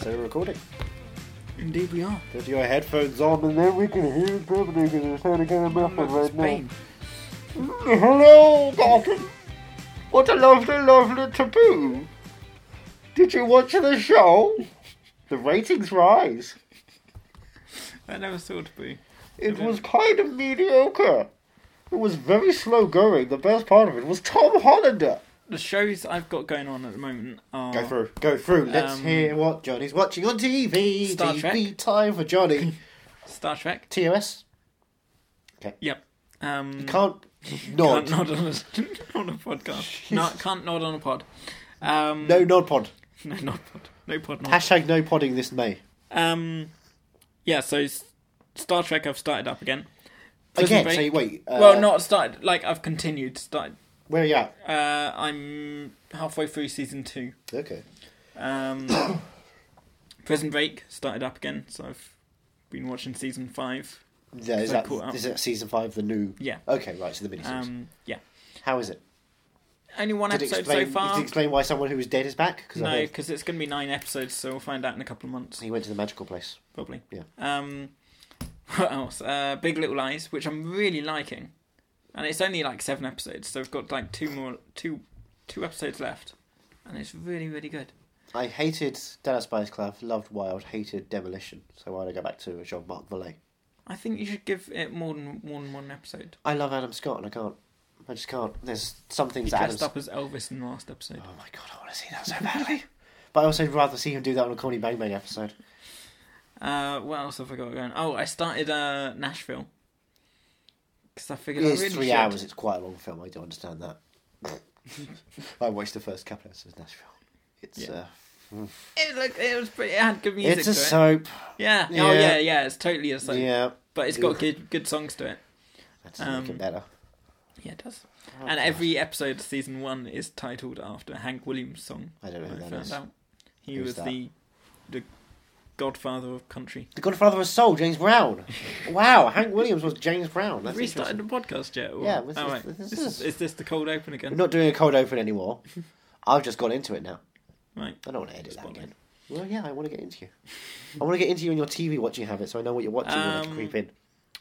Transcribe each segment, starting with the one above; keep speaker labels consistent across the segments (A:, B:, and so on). A: So we're recording.
B: Indeed, we are.
A: Put your headphones on and then we can hear it properly because it's sounding kind of muffled right
B: Spain.
A: now. Hello, Dalton. What a lovely, lovely taboo. Did you watch the show? The ratings rise.
B: I never thought to be.
A: It was kind of mediocre. It was very slow going. The best part of it was Tom Hollander.
B: The shows I've got going on at the moment are
A: Go through, go through. Let's
B: Oh. Um,
A: hear what Johnny's watching on TV.
B: Star
A: TV
B: Trek.
A: time for Johnny.
B: Star Trek.
A: TOS.
B: Yep. Um,
A: Can't
B: can't
A: nod.
B: nod on a, on a podcast. No, can't nod on a pod. Um,
A: No nod pod.
B: no, not pod. No pod. Nod.
A: Hashtag no podding this May.
B: Um, yeah. So S- Star Trek, I've started up again. Prison
A: Again,
B: Break-
A: so you wait. Uh,
B: well, not started. Like I've continued. Started.
A: Where are you at?
B: Uh, I'm halfway through season two.
A: Okay.
B: Um, Prison Break started up again, so I've been watching season five.
A: Yeah, is,
B: So
A: that,
B: caught up.
A: is that season five, the new?
B: Yeah.
A: Okay, right, so the miniseries.
B: Um, yeah,
A: How is it?
B: only one
A: Did it,
B: episode
A: explain,
B: so
A: did
B: far.
A: it explain why someone who was dead is back? Because
B: No, because it's going to be nine episodes, so we'll find out in a couple of months
A: he went to the magical place.
B: probably.
A: Yeah.
B: Um, what else? Uh, Big Little Lies, which I'm really liking, and it's only like seven episodes, so we've got like two more, two, two episodes left, and it's really, really good.
A: I hated Dallas Spice Club, loved Wild, hated Demolition, so why don't I go back to Jean Marc Vallée?
B: I think you should give it more than more than one episode.
A: I love Adam Scott and I can't. I just can't. There's some
B: He
A: things that Adam
B: dressed up as Elvis in the last episode.
A: Oh my god, I want to see that so badly. but I also would rather see him do that on a Corny Bang Bang episode.
B: Uh, what else have I got going? Oh, I started uh Nashville because I figured
A: It
B: I
A: is
B: really
A: three
B: should.
A: hours. It's quite a long film. I do understand that. I watched the first couple episodes of Nashville. It's
B: Yeah.
A: uh,
B: It looked, it was pretty. It had good music
A: it's
B: to
A: a
B: it.
A: soap.
B: yeah. Oh
A: Yeah.
B: yeah, yeah. It's totally a soap,
A: Yeah,
B: but it's got good good songs to it.
A: that doesn't make
B: Um,
A: it better.
B: Yeah, it does.
A: Oh, God.
B: and every episode of season one is titled after a Hank Williams song.
A: I don't know who
B: I
A: that
B: found
A: is.
B: out he
A: Who's
B: was
A: that?
B: the the godfather of country.
A: The Godfather of Soul, James Brown. wow, Hank Williams was James Brown.
B: Have
A: That's
B: we started
A: interesting.
B: the podcast yet? Or...
A: Yeah, this
B: Oh,
A: is-
B: right.
A: this
B: is,
A: is-
B: is this the cold open again?
A: We're not doing a cold open anymore. I've just got into it now.
B: Right.
A: I don't want to edit that
B: Spotlight.
A: again. Well, yeah, I want to get into you. I want to get into you and your TV watching habit, so I know what you're watching when I can
B: Um,
A: creep in.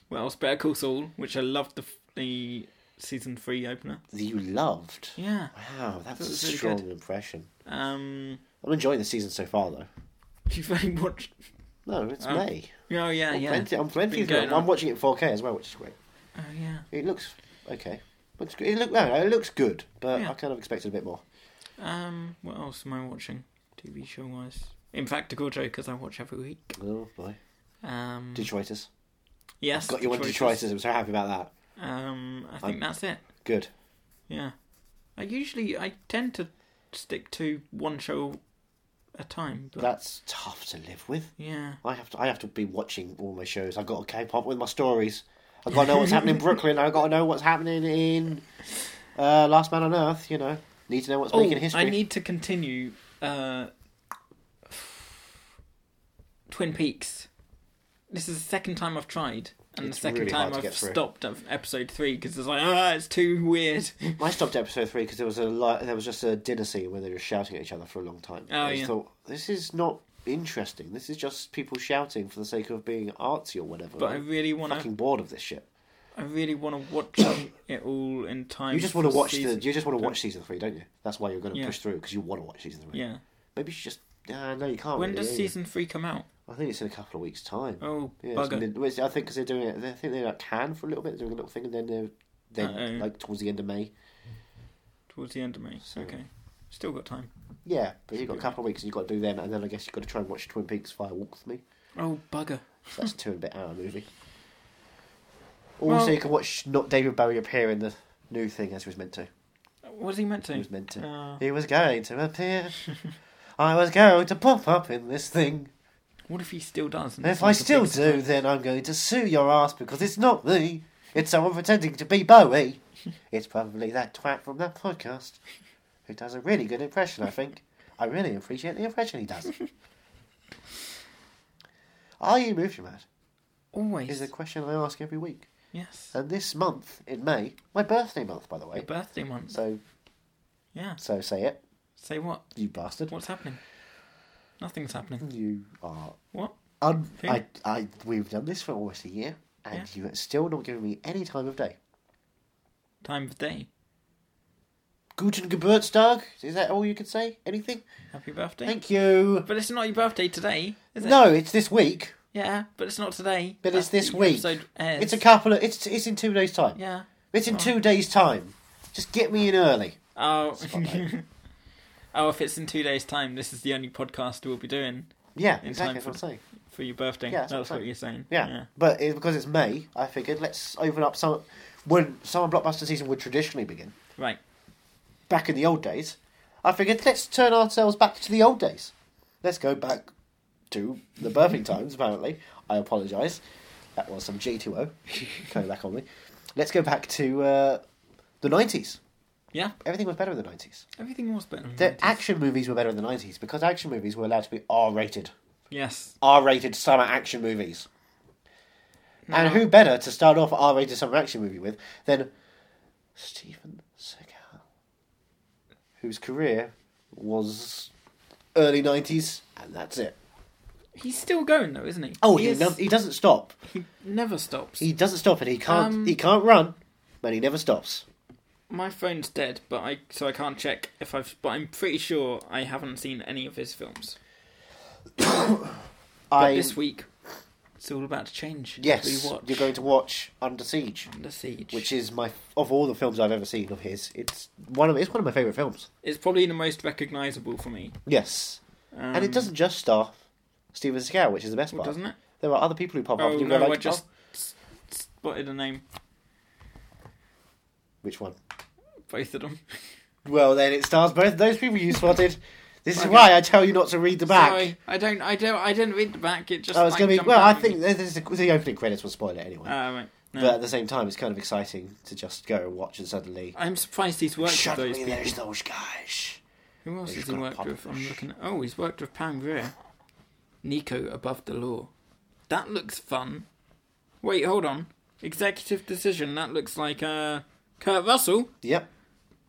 B: Well, else? Better Call Saul, which I loved the f- the season three opener.
A: That you loved.
B: Yeah.
A: Wow, that's
B: That
A: a
B: was really
A: strong
B: good.
A: impression.
B: Um,
A: I'm enjoying the season so far, though.
B: you've only watched.
A: No, it's
B: Oh.
A: May.
B: Oh yeah,
A: I'm
B: yeah.
A: plenty, I'm plenty
B: Been
A: through it.
B: going
A: I'm
B: on.
A: watching it in 4K as well, which is great.
B: Oh yeah.
A: It looks okay. Looks good. It, look, no, it looks good, but
B: Yeah.
A: I kind of expected a bit more.
B: Um, what else am I watching? TV show wise. In fact, Practical Jokers I watch every week.
A: Oh boy,
B: Um,
A: Detroiters.
B: yes,
A: Got you on Detroiters. I'm so happy about that.
B: Um, I think
A: I'm-
B: that's it.
A: Good.
B: Yeah. I usually I tend to stick to one show a time, but
A: That's tough to live with.
B: yeah.
A: I have to. I have to be watching all my shows. I've got to keep up with my stories. I've got to know what's happening in Brooklyn. I've got to know what's happening in uh, Last Man on Earth. You know, need to know what's
B: Oh,
A: making history.
B: I need to continue. Uh, Twin Peaks. This is the second time I've tried, and
A: It's
B: the second
A: really hard
B: time
A: to
B: I've
A: get through.
B: stopped at episode three because it's like, ah, it's too weird.
A: I stopped episode three because there was a li- there was just a dinner scene where they were shouting at each other for a long time.
B: Oh,
A: I just
B: yeah.
A: thought this is not interesting. This is just people shouting for the sake of being artsy or whatever.
B: But I
A: I'm
B: really want to.
A: fucking bored of this shit.
B: I really want to watch it all in time.
A: You just want to
B: for
A: watch
B: season-
A: the you just want to watch season three, don't you? That's why you're going to
B: Yeah.
A: push through because you want to watch season three.
B: Yeah.
A: Maybe you should just uh, no, you can't.
B: When
A: really, yeah,
B: does
A: yeah.
B: season three come out?
A: I think it's in a couple of weeks' time.
B: Oh,
A: Yeah, it's
B: bugger.
A: mid- well, it's- I think because they're doing it. I think they're at Cannes for a little bit, doing a little thing, and then they're then
B: Uh-oh.
A: like towards the end of May.
B: Towards the end of May.
A: So-
B: Okay. Still got time.
A: Yeah, but you've got a couple of weeks, and you've got to do them, and then I guess you've got to try and watch Twin Peaks Fire Walk with Me.
B: Oh, bugger.
A: So that's a two and a bit hour movie.
B: Well-
A: also, you can watch not David Bowie appear in the new thing as he was meant to.
B: What is he meant to?
A: He was meant to.
B: Uh,
A: He was going to appear. I was going to pop up in this thing.
B: what if he still does? and
A: If
B: it's
A: I
B: like a
A: still
B: big
A: do, then I'm going to sue your ass because it's not me. It's someone pretending to be Bowie. It's probably that twat from that podcast who does a really good impression, I think. I really appreciate the impression he does. Are you movie mad?
B: Always.
A: Is a question I ask every week.
B: Yes.
A: And this month, in May, my birthday month, by the
B: Your
A: way.
B: birthday month.
A: So,
B: Yeah.
A: so say it,
B: Say what?
A: you bastard.
B: What's happening? Nothing's happening.
A: You are
B: What?
A: un-
B: Who?
A: I, I we've done this for almost a year, and
B: Yeah.
A: you are still not giving me any time of day.
B: Time of day.
A: Guten Geburtstag. Is that all you can say? Anything?
B: Happy birthday.
A: Thank you.
B: But it's not your birthday today, is it?
A: No, it's this week.
B: Yeah, but it's not today.
A: But it's
B: That's
A: this
B: the
A: week.
B: Episode airs.
A: It's a couple of. It's it's in two days' time.
B: Yeah.
A: It's in two days' time. Just get me in early.
B: Oh.
A: Spotlight.
B: oh, if it's in two days' time, this is the only podcast we'll be doing
A: Yeah,
B: In
A: exactly.
B: time
A: That's what I'm saying.
B: for your birthday.
A: Yeah, that's
B: that's
A: what
B: what,
A: I'm saying.
B: you're saying.
A: Yeah. but it, because it's May, I figured let's open up some. When summer blockbuster season would traditionally begin
B: Right.
A: back in the old days, I figured let's turn ourselves back to the old days. Let's go back to the birthing times. Apparently, I apologise. That was some G two O coming back on me. Let's go back to uh, the nineties.
B: Yeah.
A: Everything was better in the nineties.
B: Everything was better. than
A: The
B: 90s.
A: action movies were better in the nineties because action movies were allowed to be R rated.
B: Yes.
A: R-rated summer action movies. And
B: No.
A: who better to start off R-rated summer action movie with than Steven Seagal, whose career was early '90s, and that's it.
B: He's still going though, isn't he?
A: Oh, he
B: is-
A: no- he doesn't stop.
B: he never stops.
A: He doesn't stop, and he can't
B: Um,
A: he can't run, but he never stops.
B: My phone's dead, but I so I can't check if I've. But I'm pretty sure I haven't seen any of his films. But
A: I
B: this week, it's all about to change.
A: yes,
B: we watch
A: you're going to watch Under Siege,
B: Under Siege,
A: which is my of all the films I've ever seen of his. It's one of it's one of my favorite films.
B: is probably the most recognisable for me.
A: Yes,
B: Um,
A: and it doesn't just star Steven Seagal, which is the best
B: well,
A: part.
B: doesn't it?
A: There are other people who pop up.
B: Oh
A: and you
B: no,
A: go
B: I
A: like,
B: just
A: "Oh,
B: s- s- spotted a name.
A: which one?
B: Both of them.
A: Well, then it stars both those people you spotted. This is
B: Okay.
A: why I tell you not to read the back.
B: Sorry, I don't. I don't. I didn't read the back. It just.
A: oh, it's
B: like,
A: gonna be.
B: jumped
A: Well, I
B: out at
A: think
B: me.
A: this is the, the opening credits will spoil it anyway.
B: Ah, right. No.
A: But at the same time, it's kind of exciting to just go and watch and suddenly.
B: I'm surprised he's worked with those
A: Suddenly,
B: people.
A: there's those guys.
B: Who else
A: They've
B: has he
A: got a
B: worked
A: pub-
B: with? I'm looking. Oh, he's worked with Pam Grier. Nico above the law. That looks fun. Wait, hold on. Executive decision. That looks like uh, Kurt Russell.
A: Yep.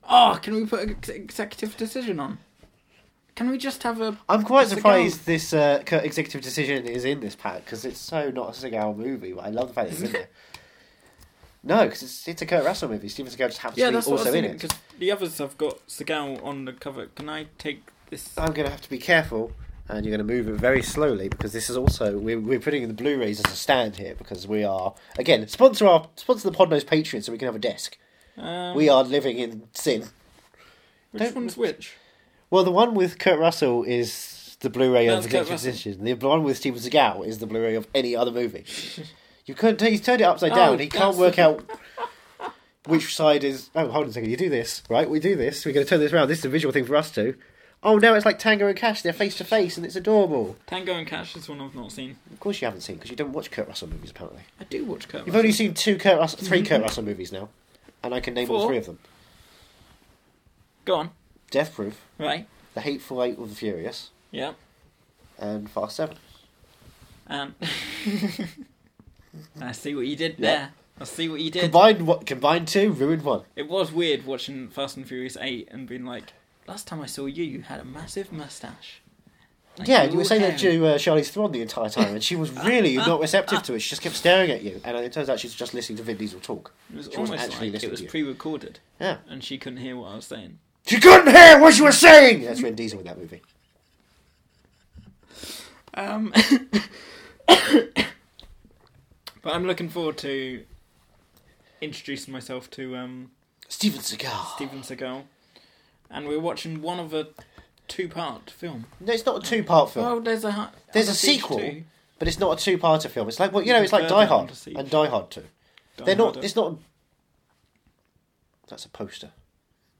B: Oh, can we put an ex- executive decision on? Can we just have a?
A: I'm quite
B: It's the
A: surprised this uh, Kurt executive decision is in this pack because it's so not a Seagal movie. But I love the fact it's in there. No, because it's, it's a Kurt Russell movie. Steven Seagal just happens
B: Yeah,
A: to be
B: that's what I
A: also
B: was
A: in
B: thinking.
A: it.
B: Because the others have got Segal on the cover. Can I take this?
A: I'm going to have to be careful, and you're going to move it very slowly because this is also we're, we're putting the Blu-rays as a stand here because we are again sponsor our sponsor the Podnos Patreon so we can have a desk.
B: Um,
A: We are living in sin.
B: Which
A: don't-
B: one's which?
A: Well, the one with Kurt Russell is the Blu-ray of
B: That's
A: the
B: Kurt Russell.
A: Position. The one with Steven Seagal is the Blu-ray of any other movie. you couldn't. He's turned it upside
B: Oh,
A: down. He can't
B: that's
A: work
B: the-
A: out. Which side is? Oh, hold on a second. You do this, right? We do this. We're going to turn this around. This is a visual thing for us too. Oh, now it's like Tango and Cash. They're face to face, and it's adorable.
B: Tango and Cash is one I've not seen.
A: Of course, you haven't seen because you don't watch Kurt Russell movies. Apparently,
B: I do watch Kurt.
A: you've
B: Russell.
A: only seen two Kurt Russell, three Kurt Russell movies now, and I can name all
B: Four.
A: three of them:
B: Go on.
A: Death Proof,
B: Right.
A: The Hateful Eight of the Furious,
B: Yeah.
A: and Fast Seven.
B: And Um, I see what you did
A: Yeah.
B: there. I see what you did.
A: Combined what? Combined two, ruined one.
B: It was weird watching Fast and Furious Eight and being like, "Last time I saw you, you had a massive mustache." Like,
A: yeah, you were
B: all
A: saying that
B: hairy.
A: to uh, Charlize Theron the entire time, and she was really not receptive to it. She just kept staring at you, and it turns out she's just listening to Vin Diesel talk.
B: It was
A: She wasn't
B: almost
A: actually
B: like
A: listening
B: it was
A: to you.
B: pre-recorded,
A: Yeah,
B: and she couldn't hear what I was saying.
A: she couldn't hear what you were saying. That's Vin Diesel in that movie.
B: Um, but I'm looking forward to introducing myself to um,
A: Steven Seagal.
B: Steven Seagal, and we're watching one of a two-part film.
A: No, it's not a two-part film,
B: Oh, there's a hi-
A: There's
B: Under
A: a
B: Siege
A: sequel.
B: 2.
A: but it's not a two-parter film. It's like well, you know, it's like
B: Further
A: Die
B: Under
A: Hard
B: Siege.
A: and Die Hard Two.
B: Don't
A: They're not.
B: hide it.
A: It's not. That's a poster.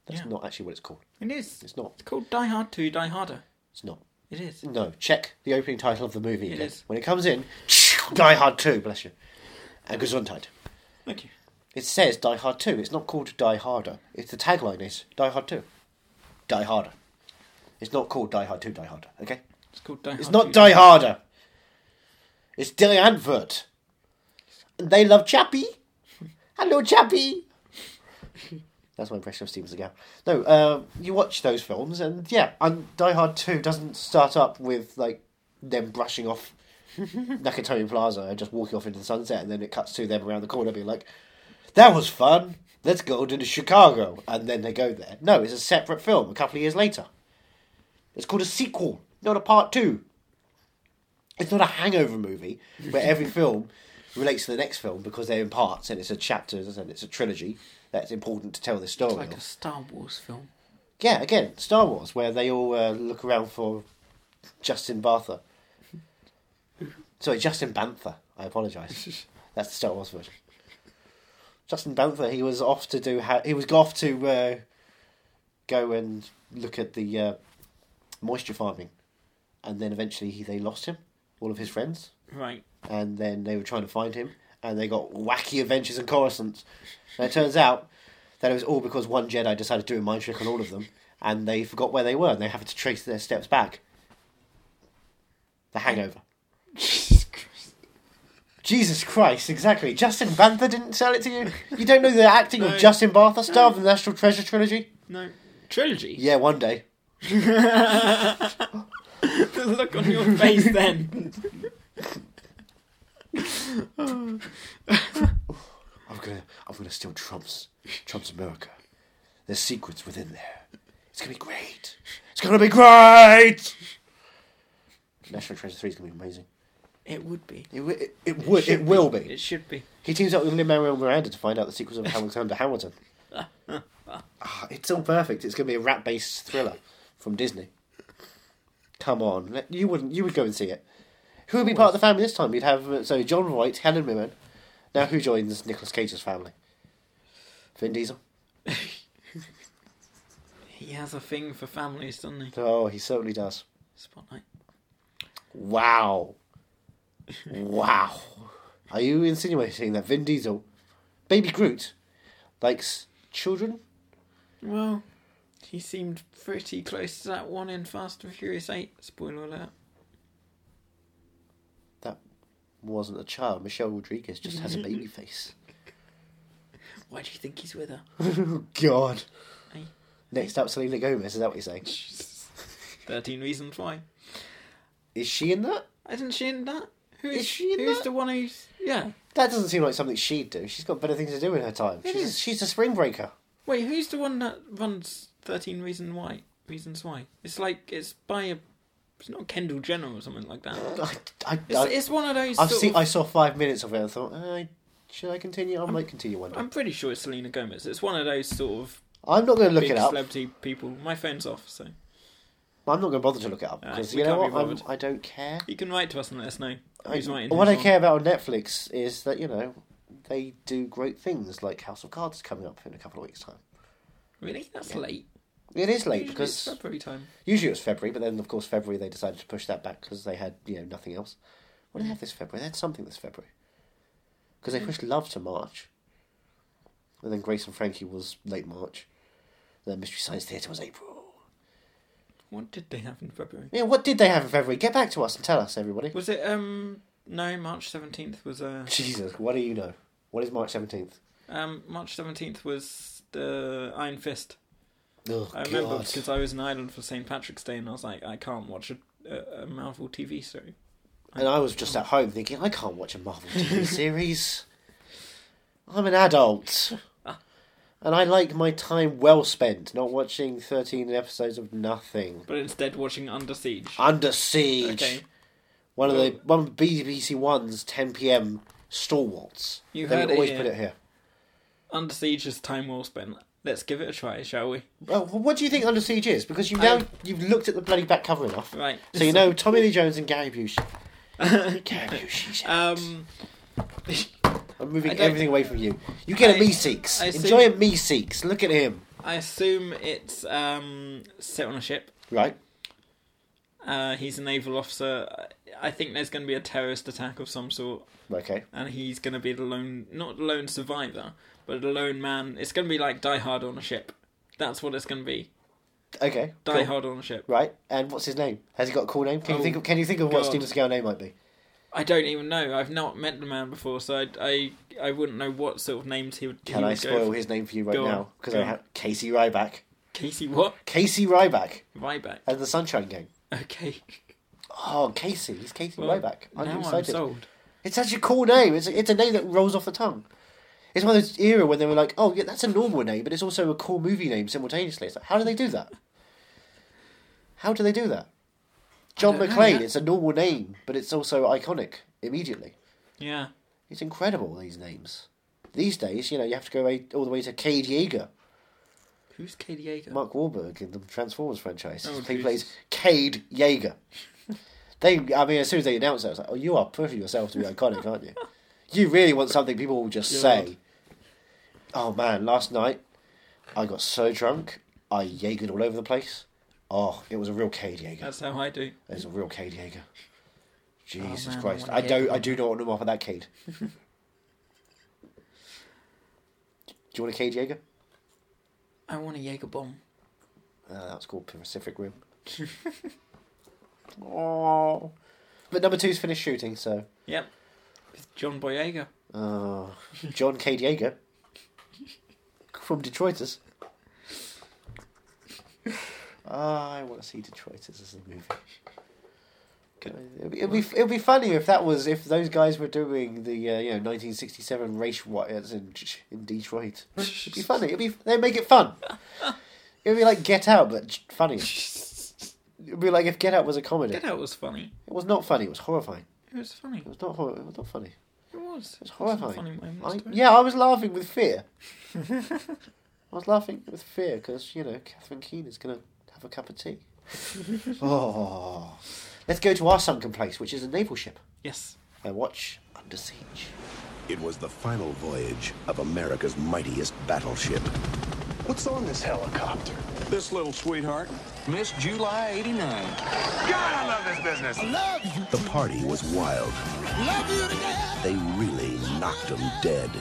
A: That's
B: Yeah.
A: not actually what it's called.
B: It is.
A: It's not.
B: It's called Die Hard 2, Die Harder.
A: It's not.
B: It is.
A: No. Check the opening title of the movie
B: It
A: again.
B: is.
A: When it comes in, Die Hard Two. Bless you. And Gesundheit.
B: Thank you.
A: It says Die Hard Two. It's not called Die Harder. It's the tagline is Die Hard Two. Die Harder. It's not called Die Hard Two. Die Harder. Okay.
B: It's called Die Hard
A: It's not
B: 2.
A: Die Harder. It's Die Antwoord. And they love Chappie. Hello, Chappie. That's my impression of Steven Seagal. No, um, you watch those films, and yeah, and Die Hard Two doesn't start up with like them brushing off Nakatomi Plaza and just walking off into the sunset, and then it cuts to them around the corner being like, "That was fun. Let's go to Chicago," and then they go there. No, it's a separate film. A couple of years later, it's called a sequel, not a part two. It's not a hangover movie where every film relates to the next film because they're in parts and it's a chapters and it's a trilogy that's important to tell this story.
B: Like a
A: of.
B: Star Wars film.
A: Yeah, again, Star Wars, where they all uh, look around for Justin Bartha. Sorry, Justin Bantha. I apologise. That's the Star Wars version. Justin Bantha, he was off to do. Ha- he was off to uh, go and look at the uh, moisture farming, and then eventually he, they lost him, all of his friends,
B: Right.
A: and then they were trying to find him, and they got wacky adventures and Coruscant. And it turns out that it was all because one Jedi decided to do a mind trick on all of them, and they forgot where they were, and they have to trace their steps back. The Hangover.
B: Jesus Christ.
A: Jesus Christ, exactly. Justin Bantha didn't sell it to you. You don't know the acting
B: No.
A: of Justin Bartha star of the National Treasure trilogy?
B: No. Trilogy.
A: Yeah, one day.
B: the look on your face then.
A: I'm gonna, I'm gonna steal Trump's, Trump's America. There's secrets within there. It's gonna be great. It's gonna be great. National Treasure Three is gonna be amazing.
B: It would be.
A: It, wi- it, it would,
B: should
A: it will
B: be.
A: be.
B: It should be.
A: He teams up with Lin Manuel Miranda to find out the secrets of Alexander Hamilton. Ah, it's all perfect. It's gonna be a rat-based thriller from Disney. Come on, let- you wouldn't. You would go and see it. Who would be part of the family this time? You'd have uh, so John Voight, Helen Mirren. Now who joins Nicolas Cage's family? Vin Diesel.
B: He has a thing for families, doesn't he?
A: Oh, he certainly does.
B: Spotlight.
A: Wow. Wow. Are you insinuating that Vin Diesel, Baby Groot, likes children?
B: Well, he seemed pretty close to that one in Fast and Furious 8. Spoiler alert.
A: That wasn't a child. Michelle Rodriguez just has a baby face.
B: Why do you think he's with her?
A: oh, God.
B: Hey.
A: Next up, Selena Gomez. Is that what you're saying?
B: 13 Reasons Why.
A: Is she in that?
B: Isn't she in that? Who
A: Is she in
B: Who's
A: that?
B: the one who's. Yeah.
A: That doesn't seem like something she'd do. She's got better things to do in her time.
B: It
A: She's,
B: is.
A: she's a spring breaker.
B: Wait, who's the one that runs 13 Reason Why? Reasons Why? It's like. It's by a. It's not Kendall Jenner or something like that.
A: I, I,
B: It's,
A: I,
B: it's one of those.
A: I've
B: sort
A: seen,
B: of-
A: I saw five minutes of it and thought, I should I continue? I might continue one day.
B: I'm pretty sure it's Selena Gomez. It's one of those sort of
A: I'm not going to look
B: big
A: it up.
B: celebrity people. My phone's off, so
A: I'm not going to bother to look it up
B: Alright,
A: because
B: we
A: you know
B: can't
A: what?
B: be
A: I'm,
B: bothered.
A: I don't care.
B: you can write to us and let us know
A: I,
B: who's writing.
A: what I
B: who's
A: care about on Netflix is that you know they do great things like House of Cards coming up in a couple of weeks' time.
B: on. Really? That's late.
A: It is late
B: Usually it's
A: because
B: February time.
A: usually it was February, but then of course February they decided to push that back because they had you know nothing else. What do they have this February? They had something this February because they pushed Love to March, and then Grace and Frankie was late March, and then Mystery Science Theatre was April.
B: What did they have in February?
A: Yeah, what did they have in February? Get back to us and tell us, everybody.
B: Was it um no March seventeenth was uh
A: Jesus, what do you know? What is March seventeenth?
B: um March seventeenth was the Iron Fist.
A: Oh,
B: I remember because I was in Ireland for St Patrick's Day and I was like I can't watch a, a, a Marvel TV show.
A: And I was just at home thinking, I can't watch a Marvel TV series. I'm an adult. And I like my time well spent, not watching 13 episodes of nothing.
B: But instead watching Under Siege.
A: Under Siege.
B: Okay,
A: One of the one of BBC One's 10 p.m. stalwarts.
B: You
A: they
B: heard
A: would
B: it
A: always
B: here.
A: put it here.
B: Under Siege is time well spent. Let's give it a try, shall we?
A: Well, what do you think Under Siege is? Because you now
B: I-
A: you've looked at the bloody back cover enough,
B: Right.
A: so you know Tommy Lee Jones and Gary Busey. Gary Busey's out.
B: Um.
A: I'm
B: I
A: moving
B: don't-
A: everything away from you. You get
B: I-
A: a me seeks.
B: I assume-
A: Enjoy a me seeks. Look at him.
B: I assume it's um, set on a ship.
A: Right.
B: Uh, he's a naval officer. I- I think there's going to be a terrorist attack of some sort,
A: Okay.
B: and he's going to be the lone, not the lone survivor, but the lone man. It's going to be like Die Hard on a ship. That's what it's going to be.
A: Okay.
B: Die
A: cool.
B: Hard on a ship.
A: Right. And what's his name? Has he got a cool name? Can
B: Oh,
A: you think of Can you think of what
B: God.
A: Steven Seagal's name might be?
B: I don't even know. I've not met the man before, so I, I, I wouldn't know what sort of names he would. he
A: Can I
B: would go
A: spoil
B: for.
A: his name for you right
B: Go on,
A: now? Because
B: go
A: I
B: on.
A: have Casey Ryback.
B: Casey what?
A: Casey Ryback
B: Ryback.
A: and the Sunshine Gang.
B: Okay.
A: Oh, Casey. He's Casey
B: Well,
A: Ryback. I'm
B: now I'm
A: excited.
B: sold.
A: It's such a cool name. It's it's a name that rolls off the tongue. It's one of those era when they were like, oh yeah, that's a normal name, but it's also a cool movie name simultaneously. It's like, how do they do that? How do they do that? John
B: don't know,
A: McClane.
B: yeah.
A: It's a normal name, but it's also iconic immediately.
B: Yeah.
A: It's incredible these names. These days, you know, you have to go away- all the way to Cade Yeager,
B: Who's Katie Yeager?
A: Mark Wahlberg in the Transformers franchise.
B: Oh,
A: he
B: Jesus.
A: plays Cade Yeager. they, I mean, as soon as they announced that, I was like, "Oh, you are proving yourself to be iconic, aren't you? You really want something people will just
B: God.
A: say." Oh man, last night I got so drunk, I Yeagered all over the place. Oh, it was a real Cade Yeager.
B: That's how I do.
A: There's a real Cade Yeager. Jesus
B: man, I
A: Christ.
B: wanna
A: I
B: get
A: don't
B: one.
A: I do not want him off of that Cade. do you want a Cade Yeager?
B: I want a Jaeger bomb.
A: Uh, that's called Pacific Rim. oh. But number two's finished shooting, so
B: Yep. With John Boyega.
A: oh, John Cade Yeager. From Detroiters. Ah, I want to see Detroiters as a movie. It'd be, it'd be it'd be funny if that was if those guys were doing the uh, you know 1967 race riots in in Detroit. It'd be funny. It'd be they make it fun. It'd be like Get Out, but j- funnier. It'd be like if Get Out was a comedy.
B: Get Out was funny.
A: It was not funny. It was horrifying.
B: It was funny.
A: It was not. Hor- it was not funny.
B: It was.
A: It's
B: It was some
A: horrifying.
B: funny moments
A: I,
B: to it.
A: yeah, I was laughing with fear. I was laughing with fear because you know Catherine Keene is gonna have a cup of tea. oh, let's go to our sunken place, which is a naval ship.
B: Yes.
A: I watch Under Siege.
C: It was the final voyage of America's mightiest battleship.
D: What's on this helicopter?
E: This little sweetheart, Miss July 89.
D: God, I love this business.
C: The party was wild. They really knocked them dead.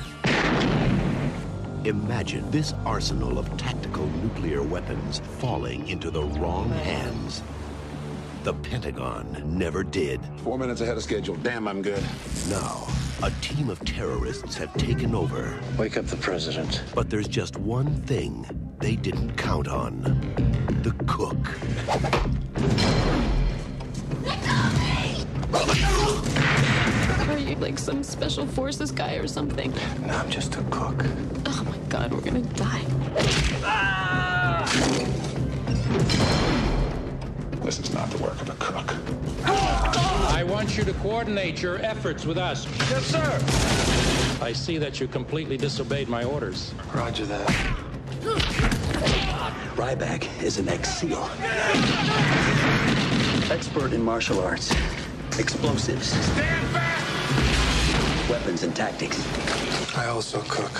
C: Imagine this arsenal of tactical nuclear weapons falling into the wrong hands. The Pentagon never did.
E: Four minutes ahead of schedule. Damn, I'm good.
C: Now, a team of terrorists have taken over.
F: Wake up the president.
C: But there's just one thing they didn't count on the cook.
G: Are you like some special forces guy or something?
D: No, I'm just a cook.
G: Oh my god, we're gonna die.
E: This is not the work of a crook.
H: I want you to coordinate your efforts with us. Yes, sir. I see that you completely disobeyed my orders.
D: Roger that.
F: Ryback is an ex SEAL. Expert in martial arts, explosives, weapons, and tactics.
D: I also cook.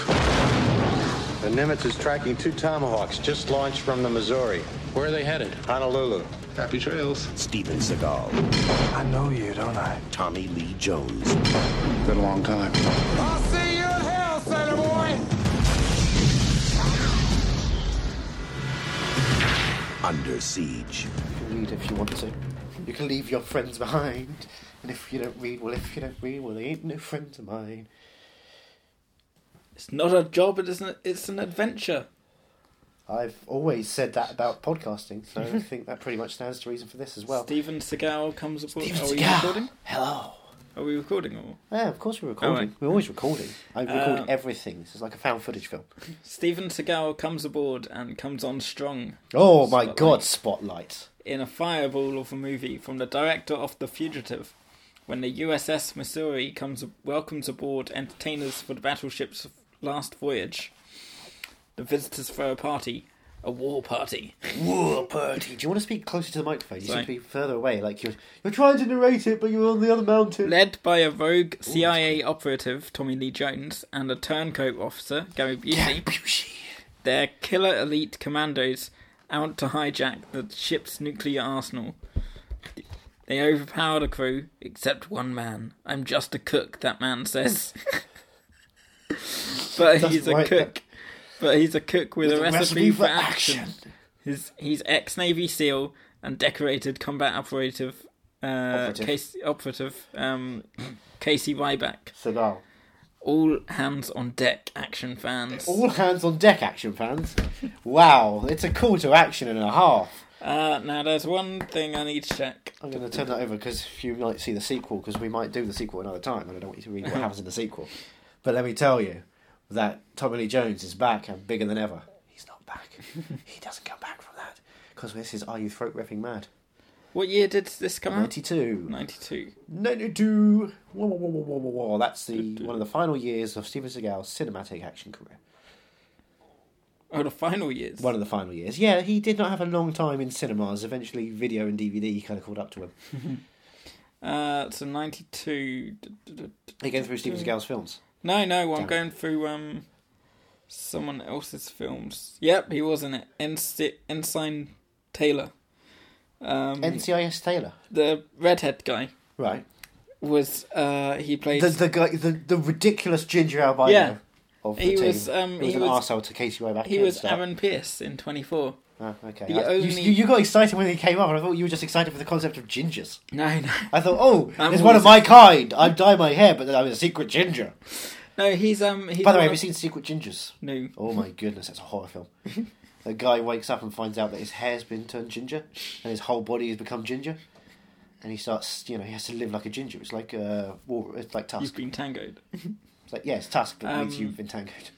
D: The Nimitz is tracking two Tomahawks just launched from the Missouri.
H: Where are they headed?
D: Honolulu. Happy trails.
C: Steven Seagal,
D: I know you, don't I?
C: Tommy Lee Jones,
D: Been a long time.
E: I'll see you in hell, sailor boy.
C: Under Siege.
A: You can read if you want to. You can leave your friends behind. And if you don't read, well, if you don't read, well, they ain't no friends of mine.
B: It's not a job, it isn't, it's an adventure.
A: I've always said that about podcasting, so I think that pretty much stands to reason for this as well.
B: Steven Seagal comes aboard.
A: Steven
B: Are we
A: Seagal.
B: recording?
A: Hello.
B: Are we recording or?
A: Yeah, of course we're recording.
B: Alright.
A: We're always recording. I record
B: Um,
A: everything. This is like a found footage film.
B: Steven Seagal comes aboard and comes on strong
A: Oh my
B: Spotlight.
A: god, Spotlight.
B: in a fireball of a movie from the director of The Fugitive. When the USS Missouri comes welcomes aboard entertainers for the battleship's last voyage, the visitors throw a party, a war party.
A: War party. Do you want to speak closer to the microphone? You
B: Sorry.
A: seem to be further away. Like you're, you're trying to narrate it, but you're on the other mountain.
B: Led by a rogue CIA operative, Tommy Lee Jones, and a turncoat officer, Gary Busey, their killer elite commandos out to hijack the ship's nuclear arsenal. They overpower the crew, except one man. I'm just a cook, that man says. but
A: That's
B: he's a
A: right,
B: cook.
A: that-
B: But he's a cook with, a recipe, for, action.
A: action.
B: He's, he's ex Navy SEAL and decorated combat operative uh,
A: Operative.
B: Casey, operative um, Casey Ryback.
A: Seagal.
B: All hands on deck, action fans.
A: All hands on deck, action fans. Wow, it's a call to action and a half.
B: Uh, now, there's one thing I need to check.
A: I'm going to turn that over because you might see the sequel because we might do the sequel another time. and I don't want you to read what happens in the sequel. But let me tell you that Tommy Lee Jones is back and bigger than ever. He's not back. he doesn't come back from that because this is Are You Throat Ripping Mad?
B: What year did this come out?
A: 92.
B: 92.
A: 92. Whoa, whoa, whoa, whoa, whoa, whoa, whoa. That's the one of the final years of Steven Seagal's cinematic action career.
B: Oh, the final years.
A: One of the final years. Yeah, he did not have a long time in cinemas. Eventually, video and DVD kind of caught up to him.
B: Uh, so 92.
A: He goes through Steven Seagal's films.
B: No, no, I'm
A: it.
B: going through um someone else's films. Yep, he was in it. Ensi- Ensign Taylor. Um,
A: NCIS Taylor.
B: the redhead guy
A: Right.
B: was uh he played
A: The the guy the, the ridiculous ginger albino.
B: Yeah.
A: Of the
B: He
A: team.
B: was, um,
A: He was
B: he
A: an
B: was-
A: arsehole to Casey Wayback.
B: he was Aaron Pierce in 24.
A: Oh, okay.
B: the
A: I- you,
B: only-
A: you, you got excited when he came up, and I thought you were just excited for the concept of gingers.
B: No, no.
A: I thought, oh,
B: I'm
A: there's one
B: always-
A: of my kind. I dye my hair, but then I'm a secret ginger.
B: No, he's um he's
A: By the way, have you
B: one of-
A: seen Secret Gingers?
B: No.
A: Oh my goodness, that's a horror film. the guy wakes up and finds out that his hair's been turned ginger, and his whole body has become ginger, and he starts, you know, he has to live like a ginger. It's like uh, war, it's like
B: You've
A: Tusk.
B: been tangoed.
A: It's like yeah, it's Tusk, but it means
B: Um,
A: you've been tangled.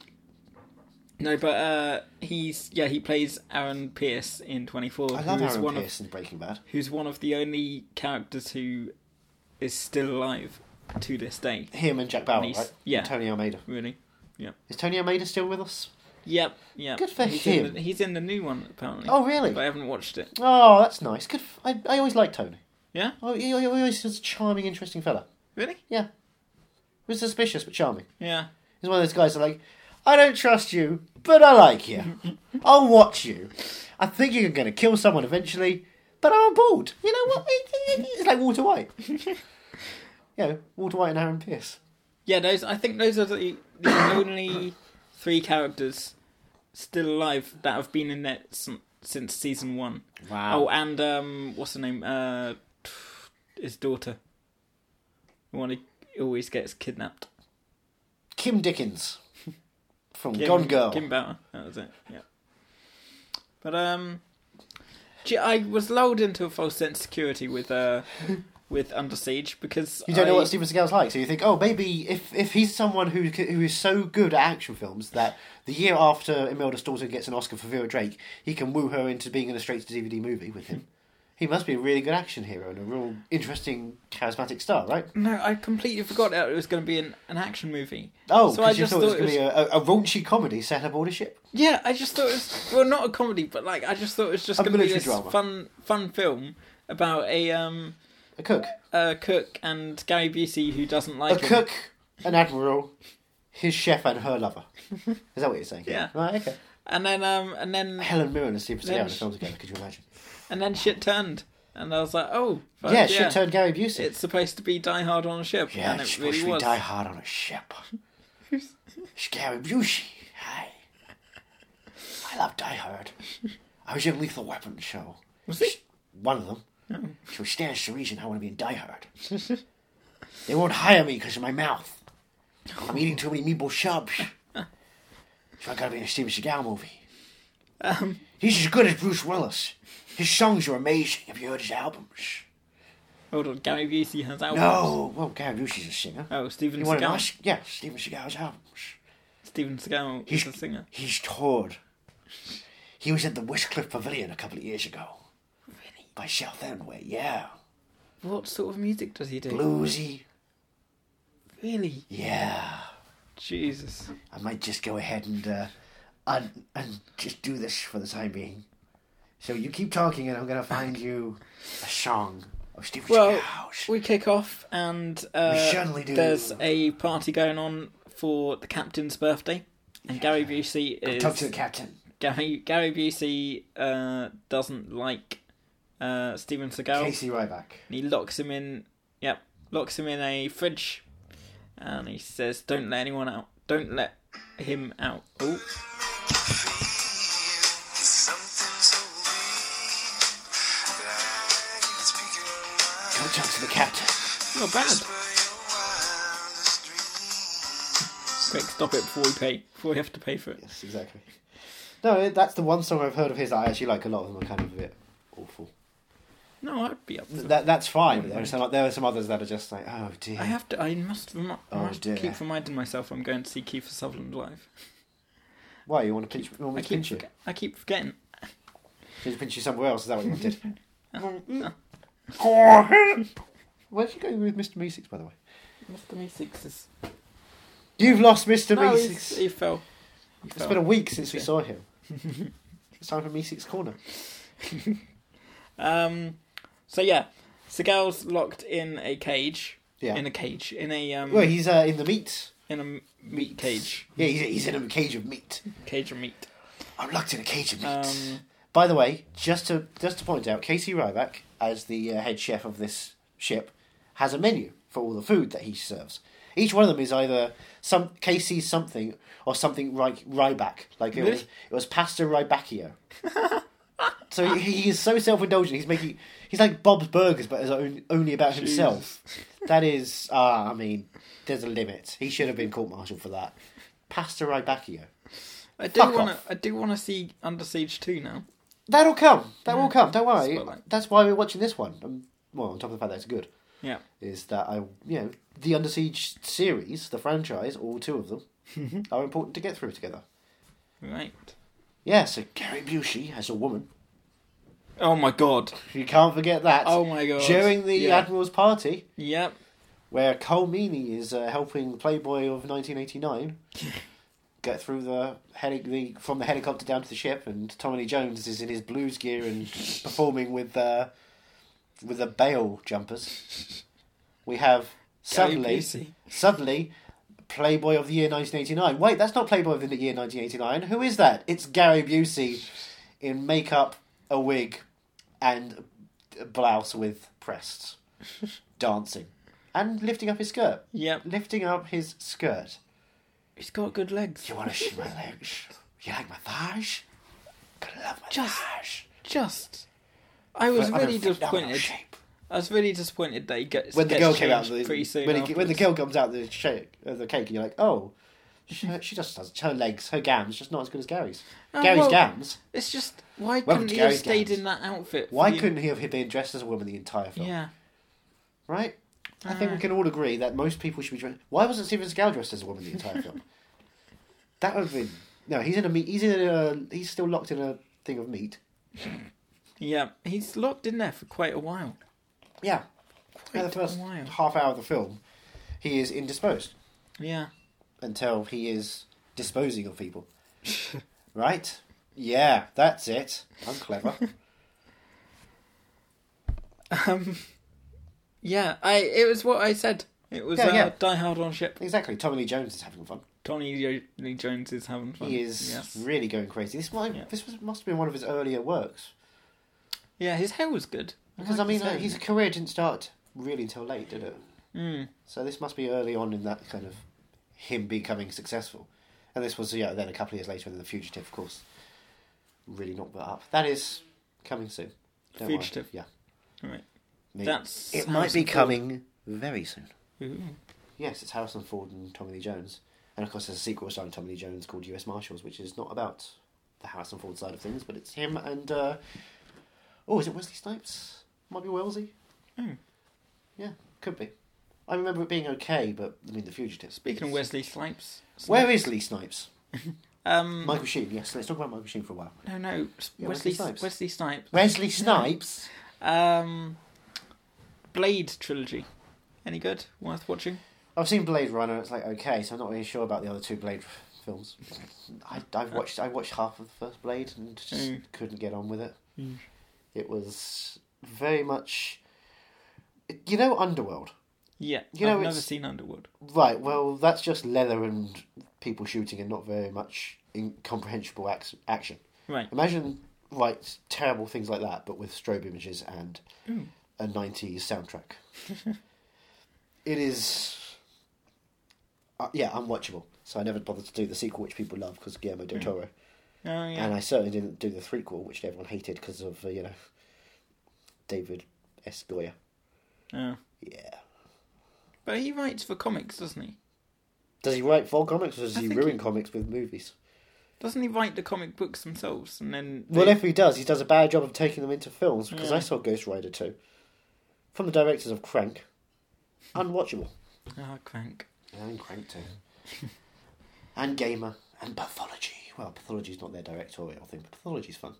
B: No, but uh he's yeah, he plays Aaron Pierce in 24.
A: I love
B: who's
A: Aaron
B: one of-
A: Pierce in Breaking Bad.
B: who's one of the only characters who is still alive to this day.
A: Him and Jack Bauer,
B: Nice.
A: right?
B: Yeah.
A: And Tony Almeida.
B: Really? Yep.
A: Is Tony Almeida still with us?
B: Yep. Yep.
A: Good for
B: he's In
A: him.
B: the, he's in the new one apparently.
A: Oh, really?
B: But I haven't watched it.
A: Oh, that's nice. Good. F- I, I always liked Tony.
B: Yeah.
A: Oh, he, he always was a charming, interesting fella.
B: Really?
A: Yeah. Was suspicious but charming.
B: Yeah.
A: He's one of those guys that like, I don't trust you, but I like you. I'll watch you. I think you're going to kill someone eventually, but I'm bored. You know what? It- it- It's like Walter White. you know, Walter White and Aaron Pierce.
B: Yeah. Those. I think those are the, the only three characters still alive that have been in it since, since season one.
A: Wow.
B: Oh, and um, what's her name? Uh, his daughter. The one who always gets kidnapped.
A: Kim Dickens from
B: Kim-
A: Gone Girl.
B: Kim Bauer. That was it. Yeah. But um, gee, I was lulled into a false sense of security with uh, with Under Siege because
A: You don't
B: I,
A: know what Steven Seagal's like, so you think, oh, maybe if, if he's someone who c- who is so good at action films that the year after Imelda Staunton gets an Oscar for Vera Drake, he can woo her into being in a straight to DVD movie with him. he must be a really good action hero and a real interesting, charismatic star, right?
B: No, I completely forgot that it was going to be an, an action movie.
A: Oh,
B: so I
A: because you
B: just
A: thought,
B: thought,
A: it was going to be a, a raunchy comedy set aboard a ship.
B: yeah, I just thought it was well, not a comedy, but like I just thought it was just
A: A
B: going to be
A: military
B: this
A: drama.
B: fun fun film about a um
A: A cook.
B: a cook and Gary Busey who doesn't
A: A
B: like him.
A: cook, an admiral, his chef, and her lover. Is that what you're saying?
B: Yeah.
A: Right, okay.
B: and then um and then
A: Helen Mirren and Steven Seagal
B: Then
A: in a
B: sh-
A: film together, could you imagine?
B: and then shit turned, and I was like, oh fuck,
A: yeah, shit turned Gary Busey.
B: It's supposed to be Die Hard on a ship,
A: Yeah,
B: and
A: it's
B: it
A: supposed
B: really
A: to be
B: was.
A: Die Hard on a ship. Scary Busey. Hi. I love Die Hard. I was in Lethal Weapon show.
B: Was Oh. it?
A: One of them. So it stands to reason I want to be in Die Hard. they won't hire me because of my mouth. I'm eating too many meatball subs. So I gotta be in a Steven Seagal movie.
B: Um.
A: He's as good as Bruce Willis. His songs are amazing. Have you heard his albums?
B: Hold on, Gary Busey has albums.
A: No. Well, Gary Busey's a singer.
B: Oh, Steven
A: You want an
B: Seagal.
A: Oscar? Yeah, Steven Seagal's albums.
B: Steven Seagal is
A: He's
B: a singer.
A: He's toured. He was at the Wishcliff Pavilion a couple of years ago. Really? By South Endway, yeah.
B: What sort of music does he do?
A: Bluesy,
B: Really?
A: yeah.
B: Jesus.
A: I might just go ahead and uh, un- and just do this for the time being. So you keep talking, and I'm gonna find you a song of Steven
B: Well,
A: Seagal's.
B: we kick off, and uh,
A: We certainly do.
B: there's a party going on for the captain's birthday, and Gary Busey is
A: Talk to the captain.
B: Gary Gary Busey uh, doesn't like uh, Steven Seagal.
A: Casey Ryback.
B: And he locks him in. Yep, locks him in a fridge, and he says, "Don't let anyone out. Don't let him out." Oh,
A: Come a chance to the captain.
B: Not bad. Quick, stop it before we pay. Before we have to pay for it.
A: Yes, exactly. No, it- that's the one song I've heard of his that I actually like a lot of them are kind of a bit awful.
B: No, I'd be up for that.
A: That, that's fine, but there are, some, there are some others that are just like, oh dear.
B: I have to. I must. Rem-
A: Oh,
B: I must
A: dear.
B: keep reminding myself I'm going to see Kiefer Sutherland live.
A: Why, you want to pinch, you want
B: I
A: me to
B: keep.
A: pinch you?
B: Forget- I keep forgetting.
A: Did you pinch you somewhere else? Is that what you wanted?
B: Oh, No. Oh,
A: Where'd you go with Mr. Meeseeks, by the way?
B: Mr. Meeseeks is.
A: You've lost Mr.
B: No, he's,
A: Meeseeks.
B: he fell. He
A: It's
B: fell.
A: been a week since we
B: Yeah.
A: saw him. it's time for Meeseeks Corner.
B: Um. So yeah, Seagal's locked in a cage.
A: Yeah.
B: In a cage. In a um.
A: Well, he's uh, in the meat.
B: in a m- meat cage.
A: Yeah, he's, he's in a cage of meat.
B: Cage of meat.
A: I'm locked in a cage of meat.
B: Um.
A: By the way, just to just to point out, Casey Ryback, as the uh, head chef of this ship, has a menu for all the food that he serves. Each one of them is either some Casey something or something Ry- Ryback. Like it was
B: Really?
A: it was pasta Rybacchio. so he, he is so self indulgent. He's making he's like Bob's Burgers, but is on- only about himself. That is, ah, I mean, there's a limit. He should have been court martialed for that. Pasta Rybacchio.
B: I do
A: Fuck
B: want to.
A: off.
B: I do want to see Under Siege two now.
A: That'll come. That will come. Don't worry.
B: Spotlight.
A: That's why we're watching this one. Um, well, on top of the fact that it's good,
B: Yeah.
A: is that I, you know, the Under Siege series, the franchise, all two of them,
B: Mm-hmm.
A: are important to get through together.
B: Right.
A: Yeah. So Gary Busey as a woman,
B: Oh my god.
A: you can't forget that.
B: Oh my God.
A: During the
B: Yeah.
A: Admiral's party,
B: Yep.
A: where Cole Meany is uh, helping Playboy of 1989 get through the, heli- the from the helicopter down to the ship, and Tommy Lee Jones is in his blues gear and performing with uh, with the bail jumpers. We have suddenly
B: Busey.
A: suddenly Playboy of the year 1989. Wait, that's not Playboy of the year 1989. Who is that? It's Gary Busey in makeup, a wig, and a blouse with breasts, dancing and lifting up his skirt.
B: Yep.
A: Lifting up his skirt.
B: He's got good legs.
A: You want to see my legs? You like my thighs? Gonna love my
B: Just-
A: thighs.
B: Just. I was
A: But I'm
B: really
A: in phenomenal
B: disappointed.
A: shape.
B: I was really disappointed that he gets
A: When the
B: gets
A: girl came out,
B: changed
A: of the,
B: pretty soon.
A: when, it, when the
B: afterwards.
A: girl comes out of the shake, uh, the cake, and you're like, oh, she, she just does her legs, her gams, just not as good as Gary's.
B: Oh,
A: Gary's
B: well-
A: gams.
B: It's just why
A: Welcome
B: couldn't
A: to
B: he have
A: Gary's
B: stayed
A: Games.
B: in that outfit? for
A: Why
B: the-
A: couldn't he have been dressed as a woman the entire film?
B: Yeah.
A: Right. I think we can all agree that most people should be dressed. Why wasn't Steven Seagal dressed as a woman the entire film? That would have been no. He's in a meat. He's in a. He's still locked in a thing of meat.
B: Yeah. He's locked in there for quite a while.
A: Yeah. Yeah, the first
B: wild.
A: half hour of the film, he is indisposed
B: Yeah.
A: until he is disposing of people. right? Yeah, that's it. I'm clever.
B: Yeah. I. It was what I said. It was
A: Yeah,
B: uh,
A: yeah.
B: Die Hard on Ship.
A: exactly. Tommy Lee Jones is having fun.
B: Tony Jo- Lee Jones is having fun.
A: He is
B: Yes.
A: really going crazy. This might,
B: Yeah.
A: this was, must have been one of his earlier works.
B: Yeah. His hair was good.
A: Because I, mean,
B: his
A: uh,
B: hair.
A: his career didn't start really until late, did it? Mm. So this must be early on in that kind of him becoming successful, and this was yeah. Then a couple of years later, in the Fugitive, of course, really knocked that up. That is coming soon. Don't worry.
B: Fugitive.
A: yeah.
B: Right.
A: Me-
B: That's
A: it. Might
B: Harrison
A: be
B: Ford. Mm-hmm.
A: coming very soon.
B: Ooh.
A: Yes, it's Harrison Ford and Tommy Lee Jones, and of course there's a sequel starring Tommy Lee Jones called U.S. Marshals, which is not about the Harrison Ford side of things, but it's him and uh, oh, is it Wesley Snipes? Might be Wellesley.
B: Hmm.
A: Yeah, could be. I remember it being okay, but I mean, The Fugitive.
B: Speaking of Wesley Snipes.
A: where is Lee Snipes?
B: Um.
A: Michael Sheen. Yes, let's talk about Michael Sheen for a while.
B: No, no. s-
A: Yeah, Wesley
B: Wesley S-
A: Snipes.
B: Wesley Snipes.
A: Wesley Snipes.
B: Um, Blade trilogy. Any good? Worth watching?
A: I've seen Blade Runner. It's like okay, so I'm not really sure about the other two Blade films. I, I've watched I watched half of the first Blade and just
B: Mm.
A: couldn't get on with it. It was very much, you know, Underworld.
B: Yeah.
A: You know,
B: I've never
A: it's-
B: seen Underwood.
A: Right. Well, that's just leather and people shooting and not very much incomprehensible ac- action.
B: Right.
A: Imagine right terrible things like that, but with strobe images and
B: Mm.
A: a '90s soundtrack. it is, uh, yeah, unwatchable. So I never bothered to do the sequel, which people love because Guillermo del Toro,
B: Oh Mm. yeah.
A: and I certainly didn't do the threequel, which everyone hated because of uh, you know David S. Goya.
B: Oh.
A: Yeah.
B: But he writes for comics, doesn't he?
A: Does he write for comics or does
B: I
A: he
B: think
A: ruin
B: he-
A: comics with movies?
B: Doesn't he write the comic books themselves and then?
A: Well, if he does, he does a bad job of taking them into films because I
B: Yeah.
A: saw Ghost Rider 2 from the directors of Crank. Unwatchable.
B: Ah, crank.
A: And Crank 2. and Gamer. And Pathology. Well, Pathology's not their directorial thing, but Pathology's fun.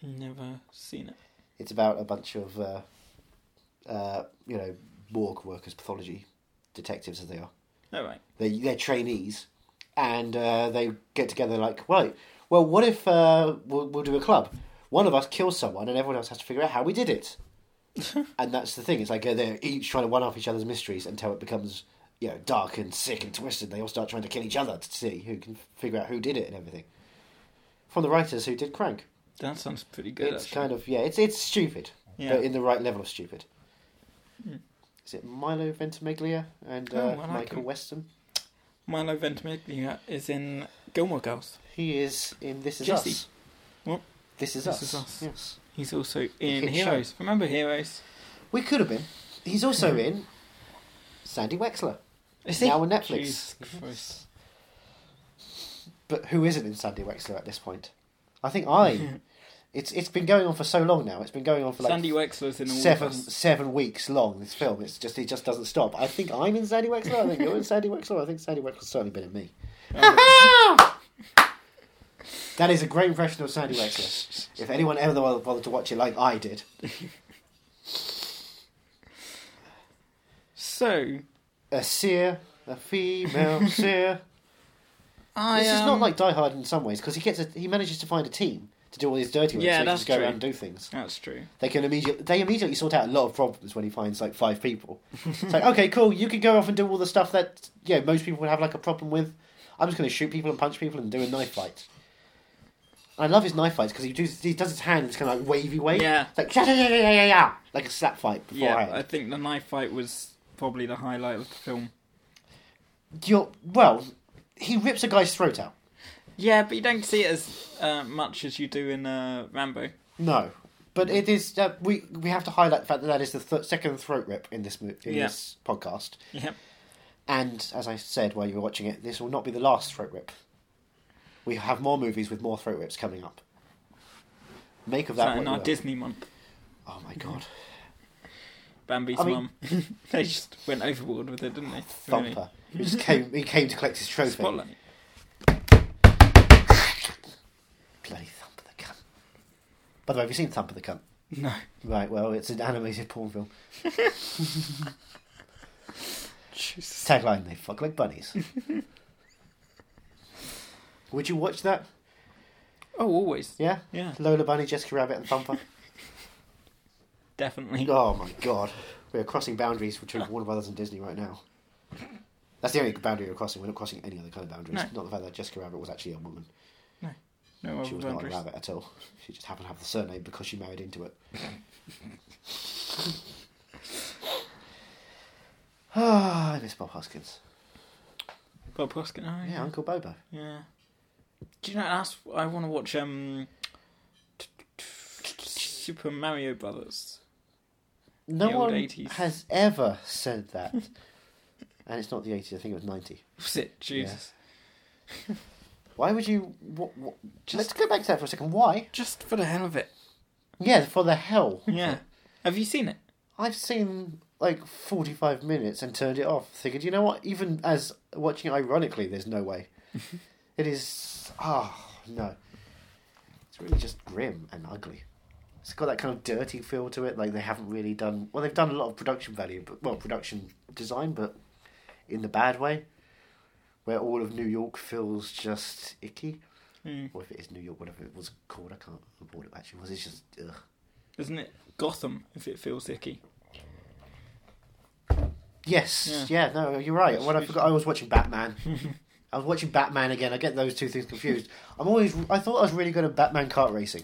B: Never seen it.
A: It's about a bunch of, uh, uh, you know, morgue workers, pathology detectives as they are.
B: All right.
A: They, they're trainees and uh, they get together like, right, well, what if uh, we'll, we'll do a club? One of us kills someone and everyone else has to figure out how we did it. and that's the thing. It's like uh, they're each trying to one up each other's mysteries until it becomes, you know, dark and sick and twisted. They all start trying to kill each other to see who can figure out who did it and everything. From the writers who did Crank
B: That sounds pretty good.
A: it's
B: actually.
A: kind of yeah, it's it's stupid,
B: Yeah. Hmm.
A: but in the right level of stupid. Is it Milo Ventimiglia and uh,
B: Oh, I like
A: Michael
B: him.
A: Weston?
B: Milo Ventimiglia is in Gilmore Girls.
A: He is in This Is
B: Jesse.
A: Us.
B: What?
A: This is
B: This
A: us.
B: Is Us.
A: Yes,
B: He's also in
A: Hit show.
B: Heroes. Remember Heroes?
A: we could have been. He's also in Sandy Wexler.
B: Is
A: Now on Netflix.
B: Jesus Christ.
A: But who isn't in Sandy Wexler at this point? I think I. it's it's been going on for so long now. It's been going on for like
B: Sandy Wexler's in all
A: seven
B: of us.
A: seven weeks long. This film. It's just it just doesn't stop. I think I'm in Sandy Wexler. I think you're in Sandy Wexler. I think Sandy Wexler's certainly been in me. that is a great impression of Sandy Wexler. If anyone ever bothered to watch it like I did,
B: So
A: a seer, a female seer.
B: I
A: This is not
B: um,
A: like Die Hard in some ways because he gets a, he manages to find a team to do all his dirty work.
B: Yeah,
A: so he can
B: that's
A: just go
B: true.
A: around and do things.
B: that's true.
A: They can immediately they immediately sort out a lot of problems when he finds like five people. it's like, okay, cool, you can go off and do all the stuff that yeah most people would have like a problem with. I'm just going to shoot people and punch people and do a knife fight. I love his knife fights because he does he does his hand it's kind of like wavy wave.
B: Yeah.
A: It's like yeah yeah yeah yeah yeah yeah like a slap fight
B: Yeah,
A: beforehand.
B: I think the knife fight was probably the highlight of the film.
A: You're, well, he rips a guy's throat out.
B: Yeah, but you don't see it as uh, much as you do in uh, Rambo.
A: No, but it is uh, we we have to highlight the fact that that is the th- second throat rip in this mo- in
B: Yeah.
A: this podcast.
B: Yep.
A: And as I said while you were watching it, this will not be the last throat rip. We have more movies with more throat rips coming up. Make of that
B: So in
A: what
B: our
A: you will.
B: Disney month,
A: Oh my god,
B: Bambi's
A: I mean-
B: mum. they just went overboard with it, didn't they? Really?
A: Thumper! He just came. He came to collect his trophy.
B: Spotlight.
A: Bloody Thumper the cunt! By the way, have you seen Thumper the cunt?
B: No.
A: Right. Well, it's an animated porn film. Tagline: They fuck like bunnies. Would you watch that?
B: Oh, always.
A: Yeah.
B: Yeah.
A: Lola Bunny, Jessica Rabbit, and Thumper.
B: Definitely.
A: Oh my god. We are crossing boundaries
B: Ah.
A: between Warner Brothers and Disney right now. That's the only boundary we're crossing. We're not crossing any other kind of boundaries.
B: No.
A: Not the fact that Jessica Rabbit was actually a woman.
B: No
A: She
B: other
A: was not a
B: boundaries.
A: rabbit at all. She just happened to have the surname because she married into it. Ah, I miss Bob Hoskins.
B: Bob Hoskins. Oh,
A: Yeah,
B: yeah.
A: Uncle Bobo.
B: Yeah. Do you know? That's I want to watch. Um, Super Mario Brothers.
A: No
B: The old
A: one
B: 80s.
A: has ever said that. and it's not the 80s, I think it was 90.
B: Was it? Jesus.
A: Why would you. What, what, let's go back to that for a second. Why?
B: Just for the hell of it.
A: Yeah, for the hell.
B: Yeah. Have you seen it?
A: I've seen like 45 minutes and turned it off, thinking, "Do you know what? Even as watching it ironically, there's no way. it is. Oh, no. It's really just grim and ugly. It's got that kind of dirty feel to it. Like they haven't really done. Well, they've done a lot of production value, but well, production design, but in the bad way. Where all of New York feels just icky. Or if it is New York, whatever it was called, I can't remember what it actually was. It's just. Ugh.
B: Isn't it Gotham? If it feels icky.
A: Yes. Yeah. no, you're right. When I forgot, I was watching Batman. I was watching Batman again. I get those two things confused. I'm always. I thought I was really good at Batman kart racing.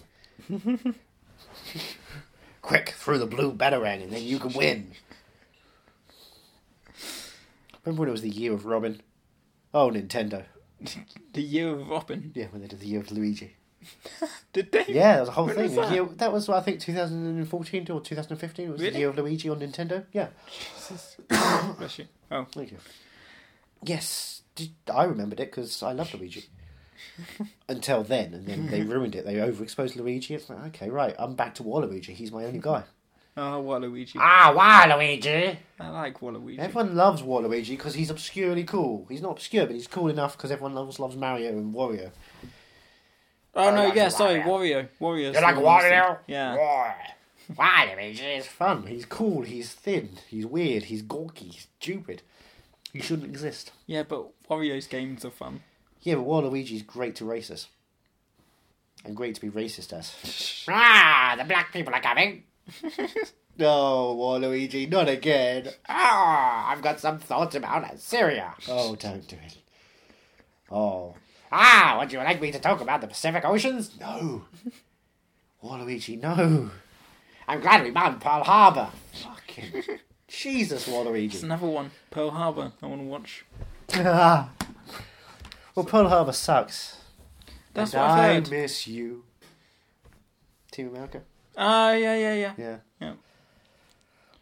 A: Quick through the blue batarang, and then you can win. Remember when it was the year of Robin? Oh, Nintendo.
B: the year of Robin.
A: Yeah, when they did the year of Luigi.
B: Did they?
A: Yeah, that was a whole
B: When
A: thing.
B: was
A: The
B: that?
A: year- that was, I think, 2014 or 2015 was
B: Really?
A: the year of Luigi on Nintendo. Yeah.
B: Bless you. Oh,
A: Thank you. Yes, d- I remembered it because I loved Luigi. Until then, and then they ruined it. They overexposed Luigi. It's like, okay, right, I'm back to Waluigi. He's my only guy.
B: oh, Waluigi.
A: ah, Waluigi!
B: I like Waluigi.
A: Everyone loves Waluigi because he's obscurely cool. He's not obscure, but he's cool enough because everyone loves, loves Mario and Wario.
B: oh no, yeah, sorry, Wario. Wario's
A: You like
B: the one who's-
A: Wario?
B: Yeah.
A: Wario. Waluigi is fun. He's cool. He's thin. He's weird. He's gawky. He's stupid. He shouldn't exist.
B: Yeah, but Wario's games are fun.
A: Yeah, but Waluigi's great to racist. And great to be racist as. ah, the black people are coming. no, Waluigi, not again. Ah, I've got some thoughts about Syria. Oh, don't do it. Oh. Ah, would you like me to talk about the Pacific Oceans? No. Waluigi, no. I'm glad we bombed Pearl Harbor. Fucking. Jesus, Waluigi.
B: It's another one. Pearl Harbor. I want to watch.
A: Ah. Well, Pearl Harbor sucks.
B: That's
A: And
B: what I've heard.
A: I miss you. Team America.
B: Oh, yeah, yeah, yeah.
A: Yeah.
B: Yeah.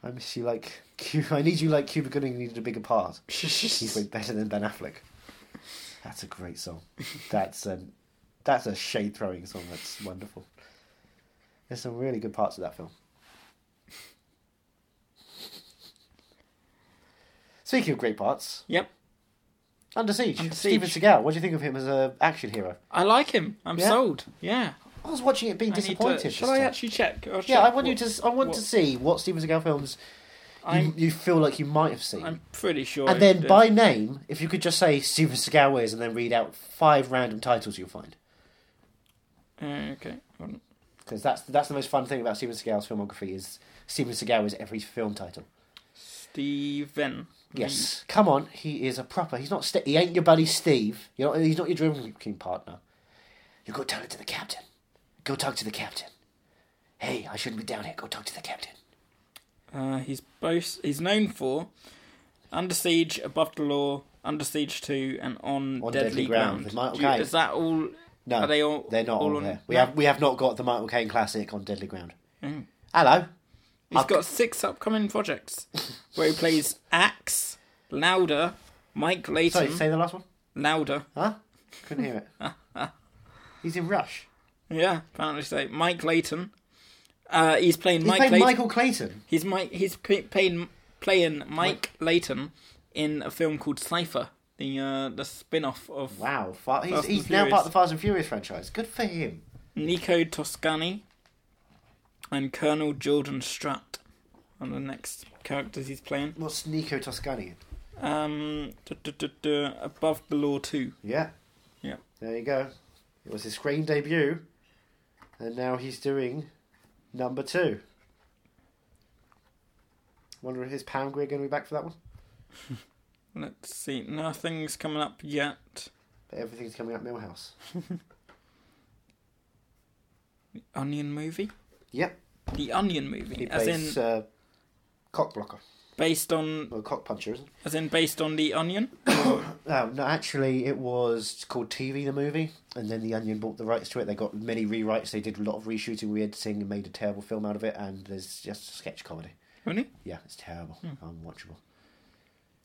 A: I miss you like Cu I need you like Cuba Gooding needed a bigger part. He's way better than Ben Affleck. That's a great song. That's um, that's a shade throwing song. That's wonderful. There's some really good parts of that film. Speaking of great parts,
B: Yep.
A: Under Siege.
B: Under
A: Steven
B: Siege.
A: Seagal. What do you think of him as an action hero?
B: I like him. I'm
A: Yeah?
B: sold. Yeah.
A: I was watching it being
B: I need to-
A: disappointed. this
B: Shall I
A: time.
B: actually check? I'll
A: Yeah,
B: check
A: I want you
B: what-
A: to. s- I want to
B: what-
A: see what Steven Seagal films you,
B: I'm-
A: you feel like you might have seen,
B: I'm pretty sure.
A: and then
B: it-
A: by name, if you could just say Steven Seagal is, and then read out five random titles you'll find,
B: Uh, okay. Hold on.
A: because that's that's the most fun thing about Steven Seagal's filmography is Steven Seagal is every film title.
B: Steven.
A: Yes,
B: Mm.
A: come on, he is a proper. He's not. Ste he ain't your buddy Steve. You're not, he's not your drinking partner. You go tell it to the captain. Go talk to the captain. Hey, I shouldn't be down here. Go talk to the captain.
B: Uh, he's both. He's known for Under Siege, Above the Law, Under Siege Two, and On,
A: On
B: Deadly,
A: Deadly Ground
B: Ground.
A: with Michael
B: Do you-
A: Caine.
B: Is that all?
A: No,
B: Are they all-
A: They're not
B: all
A: all
B: on-
A: there. We
B: no?
A: have we have not got the Michael Caine classic on Deadly Ground.
B: Mm.
A: Hello.
B: He's got six upcoming projects where he plays Axe, Louder, Mike
A: Sorry,
B: Layton,
A: say the last one.
B: Louder.
A: Huh? Couldn't hear it. He's in Rush.
B: Yeah, apparently so. Mike Layton. Uh, he's playing
A: He's
B: Mike
A: played
B: Layton.
A: Michael Clayton.
B: He's Mike. He's p- playing playing Mike, Layton in a film called Cipher, the uh, the spin-off of
A: Wow, fa- he's,
B: Fast and
A: he's now
B: Furious.
A: part of the Fast and Furious franchise. Good for him.
B: Nico Toscani and Colonel Jordan Stratt are the next characters he's playing.
A: What's Nico Toscani? in?
B: Um, duh, duh, duh, duh, above the law two.
A: Yeah,
B: Yeah,
A: there you go. It was his screen debut, and now he's doing number two. Wonder if his pound Greer going to be back for that one.
B: let's see. Nothing's coming up yet.
A: But everything's coming up Millhouse.
B: Onion movie.
A: Yep,
B: The Onion
A: he
B: movie, as in
A: plays uh, cock blocker
B: based on,
A: or cock puncher, isn't it?
B: as in based on the Onion.
A: No, no, actually, it was called TV the movie, and then The Onion bought the rights to it. They got many rewrites. They did a lot of reshooting, re-editing, and made a terrible film out of it. And there's just sketch comedy.
B: Really?
A: Yeah, it's terrible, unwatchable.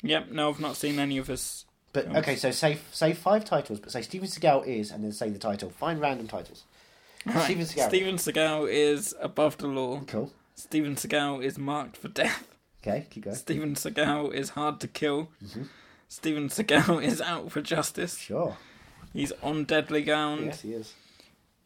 B: Yep. No, I've not seen any of his.
A: But okay, so say say five titles, but say Steven Seagal is, and then say the title. Find random titles.
B: Right.
A: Steven Seagal.
B: Steven Seagal is above the law.
A: Cool.
B: Steven Seagal is marked for death.
A: Okay, keep going.
B: Steven Seagal is hard to kill.
A: Mm-hmm.
B: Steven Seagal is out for justice.
A: Sure.
B: He's on deadly ground.
A: Yes, he is.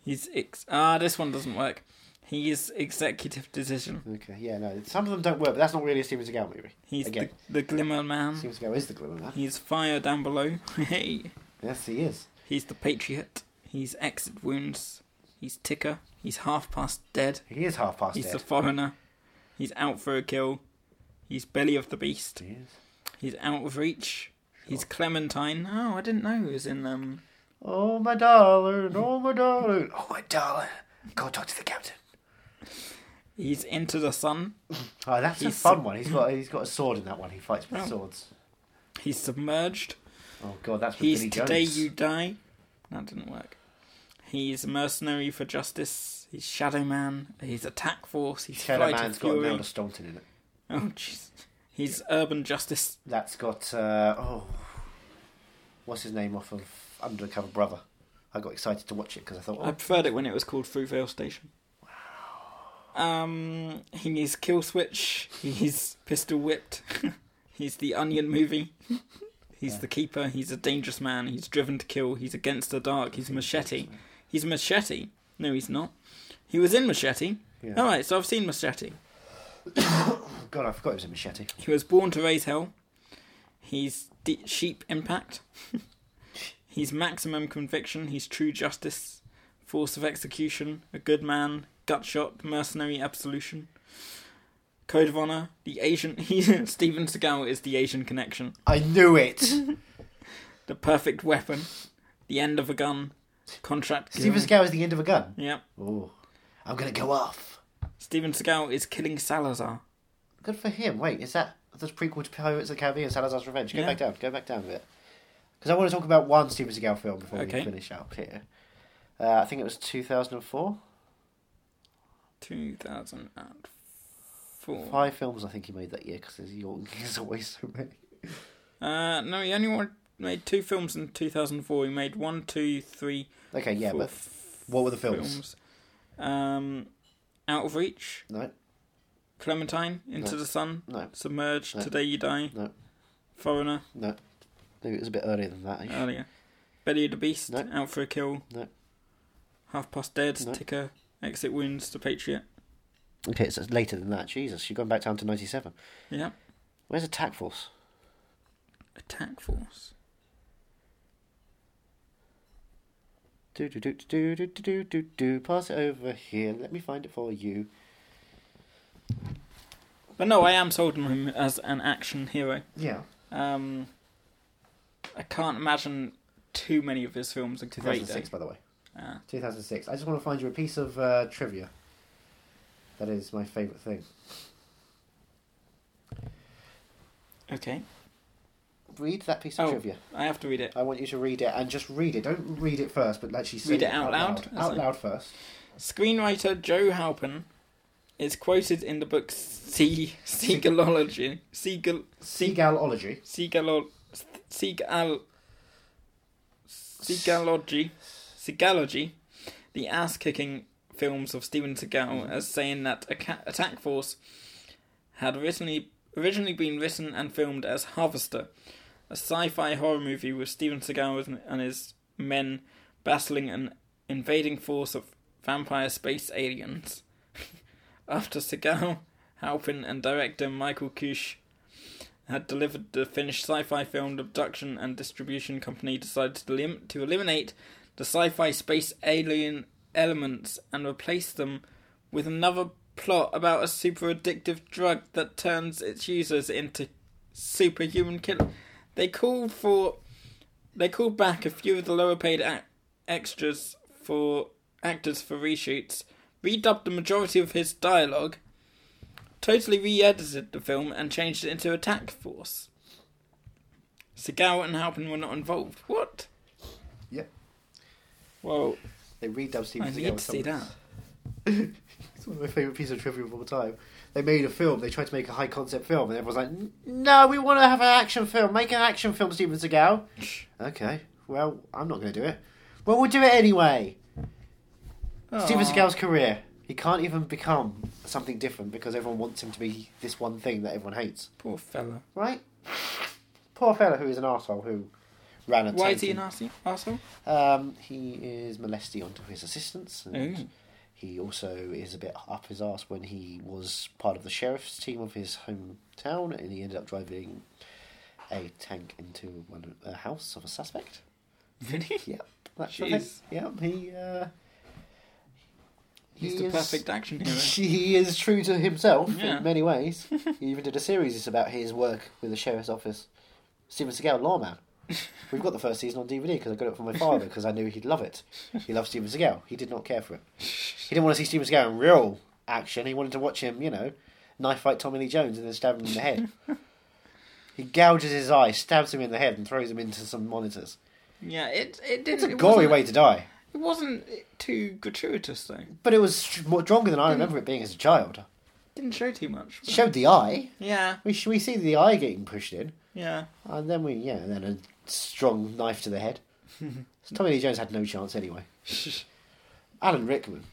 B: He's ex- ah, this one doesn't work. He's executive decision.
A: Okay, yeah, no, some of them don't work, but that's not really a Steven Seagal movie.
B: He's
A: Again,
B: the, the glimmer man.
A: Steven Seagal is the glimmer man.
B: He's fire down below. hey,
A: Yes, he is.
B: he's the patriot. He's exit wounds. He's ticker. He's half past dead.
A: He is half past
B: He's
A: dead.
B: the foreigner. He's out for a kill. He's belly of the beast.
A: He is.
B: He's out of reach. He's Clementine. Oh, I didn't know he was in um.
A: Oh my darling, oh my darling, oh my darling. Go talk to the captain.
B: He's into the sun.
A: Oh, that's
B: He's
A: a fun one. He's got he's got a sword in that one. He fights with
B: Oh.
A: swords.
B: He's submerged.
A: Oh god, that's with
B: He's
A: Billy
B: today
A: Jones.
B: you die. That didn't work. He's a mercenary for justice. He's Shadow Man. He's Attack Force. He's
A: Shadow
B: Flight
A: Man's
B: of
A: got
B: Fury.
A: Imelda Staunton in it.
B: Oh, jeez. He's Urban Justice.
A: That's got uh, oh, what's his name off of Undercover Brother? I got excited to watch it because I thought,
B: I
A: oh,
B: preferred it when it was called Fruitvale Station. Um, he's Kill Switch. He's Pistol Whipped. he's the Onion Movie. He's the Keeper. He's a dangerous man. He's driven to kill. He's against the dark. He's Machete. He's Machete. No, he's not. He was in Machete.
A: Yeah.
B: All right, so I've seen Machete.
A: God, I forgot it was a machete.
B: He was born to raise hell. He's D- Sheep Impact. he's Maximum Conviction. He's True Justice. Force of Execution. A Good Man. Gut Shot. Mercenary Absolution. Code of Honor. The Asian. He, Steven Seagal is the Asian Connection.
A: I knew it. Steven
B: The Perfect Weapon. The End of a Gun. Contract. Killing.
A: Seagal is the end of a gun.
B: Yep.
A: Oh, I'm gonna go off.
B: Steven Seagal is killing Salazar.
A: Good for him. Wait, is that the prequel to Pirates of the Caribbean: Salazar's Revenge? Go
B: Yeah.
A: back down. Go back down a bit. Because I want to talk about one Steven Seagal film before
B: Okay.
A: we finish up here. Uh, I think it was 2004.
B: 2004.
A: Five films I think he made that year because there's always so many.
B: Uh, no, he only wa- made two films in 2004. He made one, two, three
A: Okay, yeah,
B: Four
A: but what were the films?
B: films. Um, Out of Reach,
A: No,
B: Clementine, Into
A: No.
B: the Sun,
A: No.
B: Submerged, Today You Die,
A: no,
B: Foreigner,
A: no. Maybe it was a bit earlier than that. eh?
B: earlier, Belly of the Beast,
A: No.
B: Out for a Kill,
A: No.
B: Half Past Dead,
A: No.
B: Ticker, Exit Wounds, The Patriot.
A: Okay, so it's later than that. Jesus, you've gone back down to 97.
B: Yeah.
A: Where's Attack Force?
B: Attack Force.
A: Do, do, do, do, do, do, do, do, do. Pass it over here. Let me find it for you.
B: But no, I am sold on him as an action hero.
A: Yeah.
B: Um, I can't imagine too many of his films are great.
A: 2006,
B: though.
A: by the way.
B: Ah.
A: 2006. I just want to find you a piece of uh, trivia. That is my favourite thing.
B: Okay.
A: Read that piece of
B: Oh,
A: trivia.
B: I have to read it.
A: I want you to read it and just read it. Don't read it first, but actually say
B: Read it out loud?
A: Out
B: That's
A: loud,
B: it.
A: first.
B: Screenwriter Joe Halpin is quoted in the book Sea Seagalology. Seagal Seagal
A: Seagalology.
B: Seagal Seagal Seagalogy Seagalogy, the ass kicking films of Steven Seagal as saying that Aca- Attack Force had originally originally been written and filmed as Harvester, a sci-fi horror movie with Steven Seagal and- and his men battling an invading force of vampire space aliens. After Seagal, Halpin, and director Michael Kush had delivered the finished sci-fi film, the production and distribution company decided to, elim- to eliminate the sci-fi space alien elements and replace them with another plot about a super addictive drug that turns its users into superhuman killers. They called for they called back a few of the lower paid ac extras for actors for reshoots, redubbed the majority of his dialogue, totally re-edited the film and changed it into Attack Force. Seagal and Halpin were not involved. What?
A: Yep.
B: Well,
A: They redub Steven
B: I
A: Seagal
B: need
A: with
B: to see
A: someone-
B: that.
A: It's one of my favourite pieces of trivia of all time. They made a film, they tried to make a high concept film, and everyone's like, "N- no, we want to have an action film. Make an action film, Steven Seagal. okay, well, I'm not going to do it. Well, we'll do it anyway. Steven Seagal's career. He can't even become something different because everyone wants him to be this one thing that everyone hates.
B: Poor fella.
A: Right? Poor fella who is an arsehole who ran a
B: Why is he an
A: tank.
B: arse- arsehole?
A: Um, he is molesty onto his assistants. And
B: Ooh.
A: He also is a bit up his ass when he was part of the sheriff's team of his hometown, and he ended up driving a tank into one a house of a suspect.
B: Really?
A: Yep, that's the thing.
B: Jeez.
A: Yep, he. Uh,
B: He's
A: he
B: the
A: is-
B: perfect action hero.
A: He is true to himself
B: Yeah.
A: in many ways. he even did a series about his work with the sheriff's office. Steven Seagal, Lawman. We've got the first season on DVD because I got it from my father because I knew he'd love it. He loves Steven Seagal. He did not care for it. He didn't want to see Steven Seagal in real action. He wanted to watch him, you know, knife fight Tommy Lee Jones and then stab him in the head. he gouges his eye, stabs him in the head, and throws him into some monitors.
B: Yeah, it it didn't.
A: It's a
B: it
A: gory
B: wasn't-
A: way to die.
B: It It wasn't too gratuitous though.
A: But it was sh- more stronger than I remember it being as a child.
B: Didn't show too much.
A: It showed the eye.
B: Yeah,
A: We sh- we see the eye getting pushed in,
B: yeah.
A: and then we yeah, and then a strong knife to the head. so Tommy Lee Jones had no chance anyway. Alan Rickman.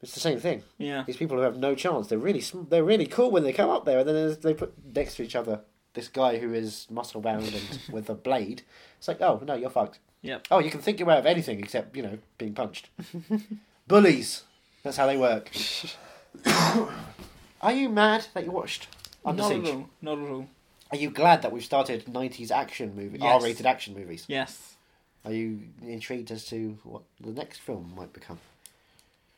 A: It's the same thing.
B: Yeah.
A: These people who have no chance. They're really sm- they're really cool when they come up there, and then there's- they put next to each other this guy who is muscle bound and with a blade. It's like, oh no, you're fucked.
B: Yep.
A: Oh, you can think your way out of anything except you know being punched. Bullies. That's how they work. Are you mad that you watched Under
B: Not
A: Siege?
B: at all. Not at all.
A: Are you glad that we've started 90s action movies,
B: Yes.
A: R-rated action movies?
B: Yes.
A: Are you intrigued as to what the next film might become?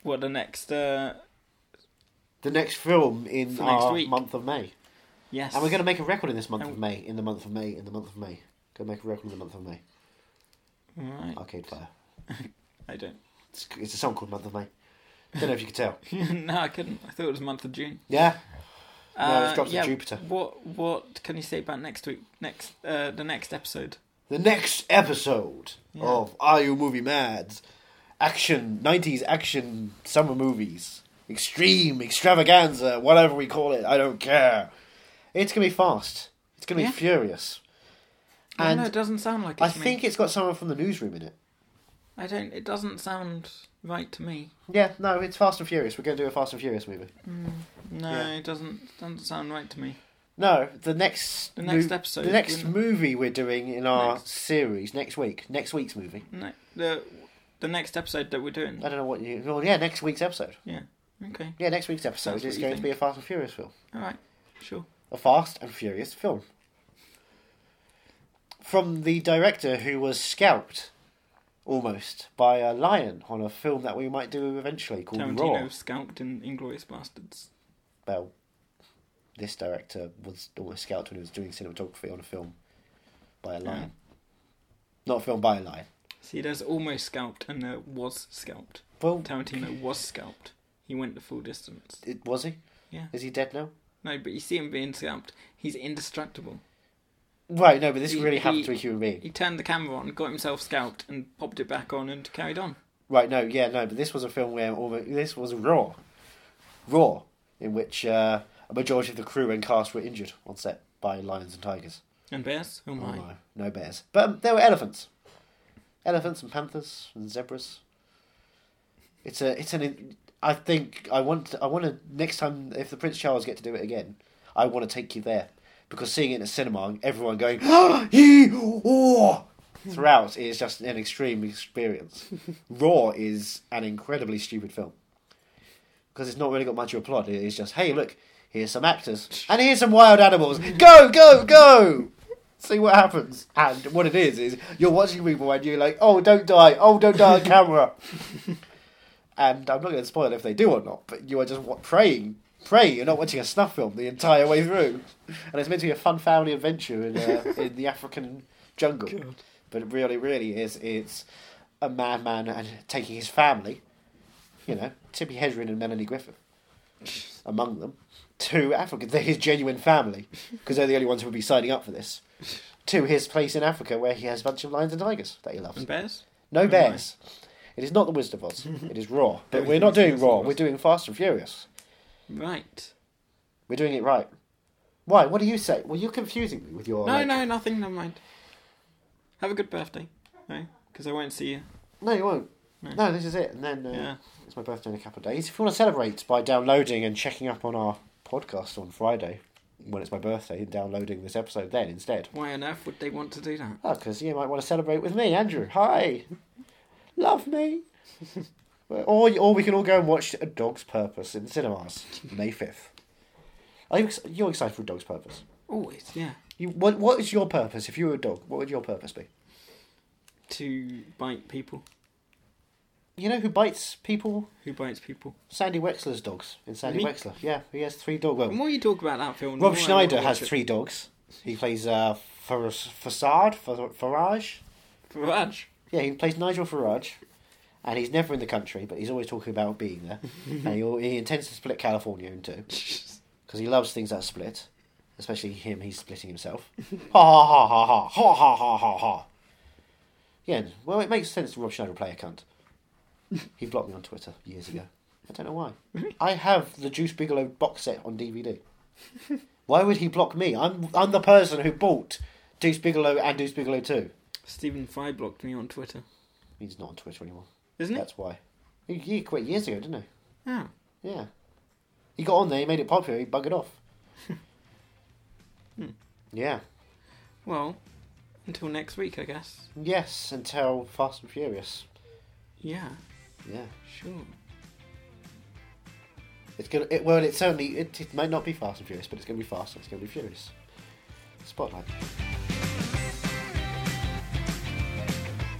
B: What the next? Uh,
A: The next film in
B: For next
A: our
B: week.
A: month of May.
B: yes.
A: And we're going to make a record in this month
B: And-
A: of May, in the month of May, in the month of May. Going to make a record in the month of May.
B: Right.
A: Arcade Fire.
B: I don't.
A: It's, it's a song called Month of May. Don't know if you could tell.
B: no, I couldn't. I thought it was month of June.
A: Yeah? No, it's
B: Uh,
A: dropped to
B: yeah,
A: Jupiter.
B: What What can you say about next week? Next, uh, the next episode.
A: The next episode of Are You Movie Mads? Action, 90s action summer movies. Extreme, extravaganza, whatever we call it, I don't care. It's going to be fast. It's going to
B: Yeah.
A: be furious.
B: No,
A: And
B: no, it doesn't sound like it
A: I
B: to me.
A: think it's got someone from the newsroom in it.
B: I don't. It doesn't sound right to me.
A: Yeah, no, it's Fast and Furious. We're going to do a Fast and Furious movie.
B: No,
A: Yeah.
B: it doesn't. Doesn't sound right to me.
A: No, the next
B: The next episode,
A: the next
B: isn't it?
A: movie we're doing in our
B: Next.
A: series next week, next week's movie.
B: No, the the next episode that we're doing.
A: I don't know what you. Well, yeah, next week's episode.
B: Yeah. Okay.
A: Yeah, next week's episode
B: That's what
A: is
B: you
A: going
B: think.
A: to be a Fast and Furious film.
B: All right. Sure.
A: a fast and furious film from the director who was scalped almost by a lion on a film that we might do eventually called
B: Tarantino
A: Raw.
B: scalped in Inglorious Bastards.
A: Well, this director was almost scalped when he was doing cinematography on a film by a lion. Not a film by a lion.
B: See, there's almost scalped and there was scalped.
A: Well,
B: Tarantino was scalped. He went the full distance.
A: it, was he?
B: Yeah.
A: Is he dead now?
B: No, but you see him being scalped. He's indestructible.
A: Right, no, but this
B: He-
A: really happened
B: he-
A: to a human being.
B: He turned the camera on, got himself scalped, and popped it back on and carried on.
A: Right, no, yeah, no, but this was a film where almost, this was Raw. Raw, in which uh, a majority of the crew and cast were injured on set by lions and tigers.
B: And bears? Oh
A: Oh,
B: my.
A: no, no bears. But um, there were elephants. Elephants and panthers and zebras. It's a, it's an, in- I think, I want, I want to, next time, if the Prince Charles get to do it again, I want to take you there. Because seeing it in a cinema, and everyone going, yee, oh, throughout is just an extreme experience. Raw is an incredibly stupid film. Because it's not really got much of a plot. It is just, hey, look, here's some actors, and here's some wild animals. Go, go, go! See what happens. And what it is, is you're watching people and you're like, oh, don't die, oh, don't die on camera. and I'm not going to spoil if they do or not, but you are just wa- praying. Pray you're not watching a snuff film the entire way through. And it's meant to be a fun family adventure in, uh, in the African jungle. But it really, really is. It's a madman and taking his family you know, Tippi Hedren and Melanie Griffith, among them, to Africa. They're his genuine family, because they're the only ones who would be signing up for this. To his place in Africa where he has a bunch of lions and tigers that he loves.
B: And bears?
A: No bears. It is not the Wizard of Oz. It is Raw. But we're not doing Raw. We're doing Fast and Furious.
B: Right.
A: We're doing it right. Why? What do you say? Well, you're confusing me with your.
B: No,
A: like-
B: no, nothing, never mind. Have a good birthday. Because I won't see you.
A: No, you won't. No, this is it. And then uh,
B: Yeah.
A: it's my birthday in a couple of days. If you want to celebrate by downloading and checking up on our podcast on Friday, when it's my birthday, and downloading this episode then instead.
B: Why on earth would they want to do that?
A: Oh, because you might want to celebrate with me, Andrew. Hi. Love me. or, or we can all go and watch A Dog's Purpose in cinemas, May 5th. Are you, ex- you're excited for A Dog's Purpose?
B: Always, yeah.
A: You, what, what is your purpose? If you were a dog, what would your purpose be?
B: To bite people.
A: You know who bites people?
B: Who bites people?
A: Sandy Wexler's dogs in Sandy
B: Me?
A: Wexler. Yeah, he has three dogs. Well,
B: The more you talk about that film, the
A: Rob
B: more I
A: Schneider
B: wanna
A: has
B: watch
A: three dogs. He plays uh, Far- Facade, Far- Farage.
B: it. Farage.
A: Yeah, he plays Nigel Farage. And he's never in the country, but he's always talking about being there. and he, al- he intends to split California in two. Because he loves things that split. Especially him, he's splitting himself. Ha ha ha ha ha. Ha ha ha ha ha. Yeah, well, it makes sense Rob Schneider would play a cunt. He blocked me on Twitter years ago. I don't know why. I have the Juice Bigelow box set on DVD. Why would he block me? I'm I'm the person who bought Deuce Bigelow and Deuce Bigelow 2.
B: Stephen Fry blocked me on Twitter.
A: He's not on Twitter anymore.
B: Isn't he?
A: That's why. He, he quit years ago, didn't
B: Oh.
A: he? Yeah. He got on there, he made it popular, he buggered off.
B: Hmm.
A: Yeah.
B: Well, until next week, I guess.
A: Yes, until Fast and Furious.
B: Yeah,
A: Yeah.
B: sure.
A: It's gonna. It, well, it's certainly. It, it might not be Fast and Furious, but it's gonna be fast. and It's gonna be furious. Spotlight.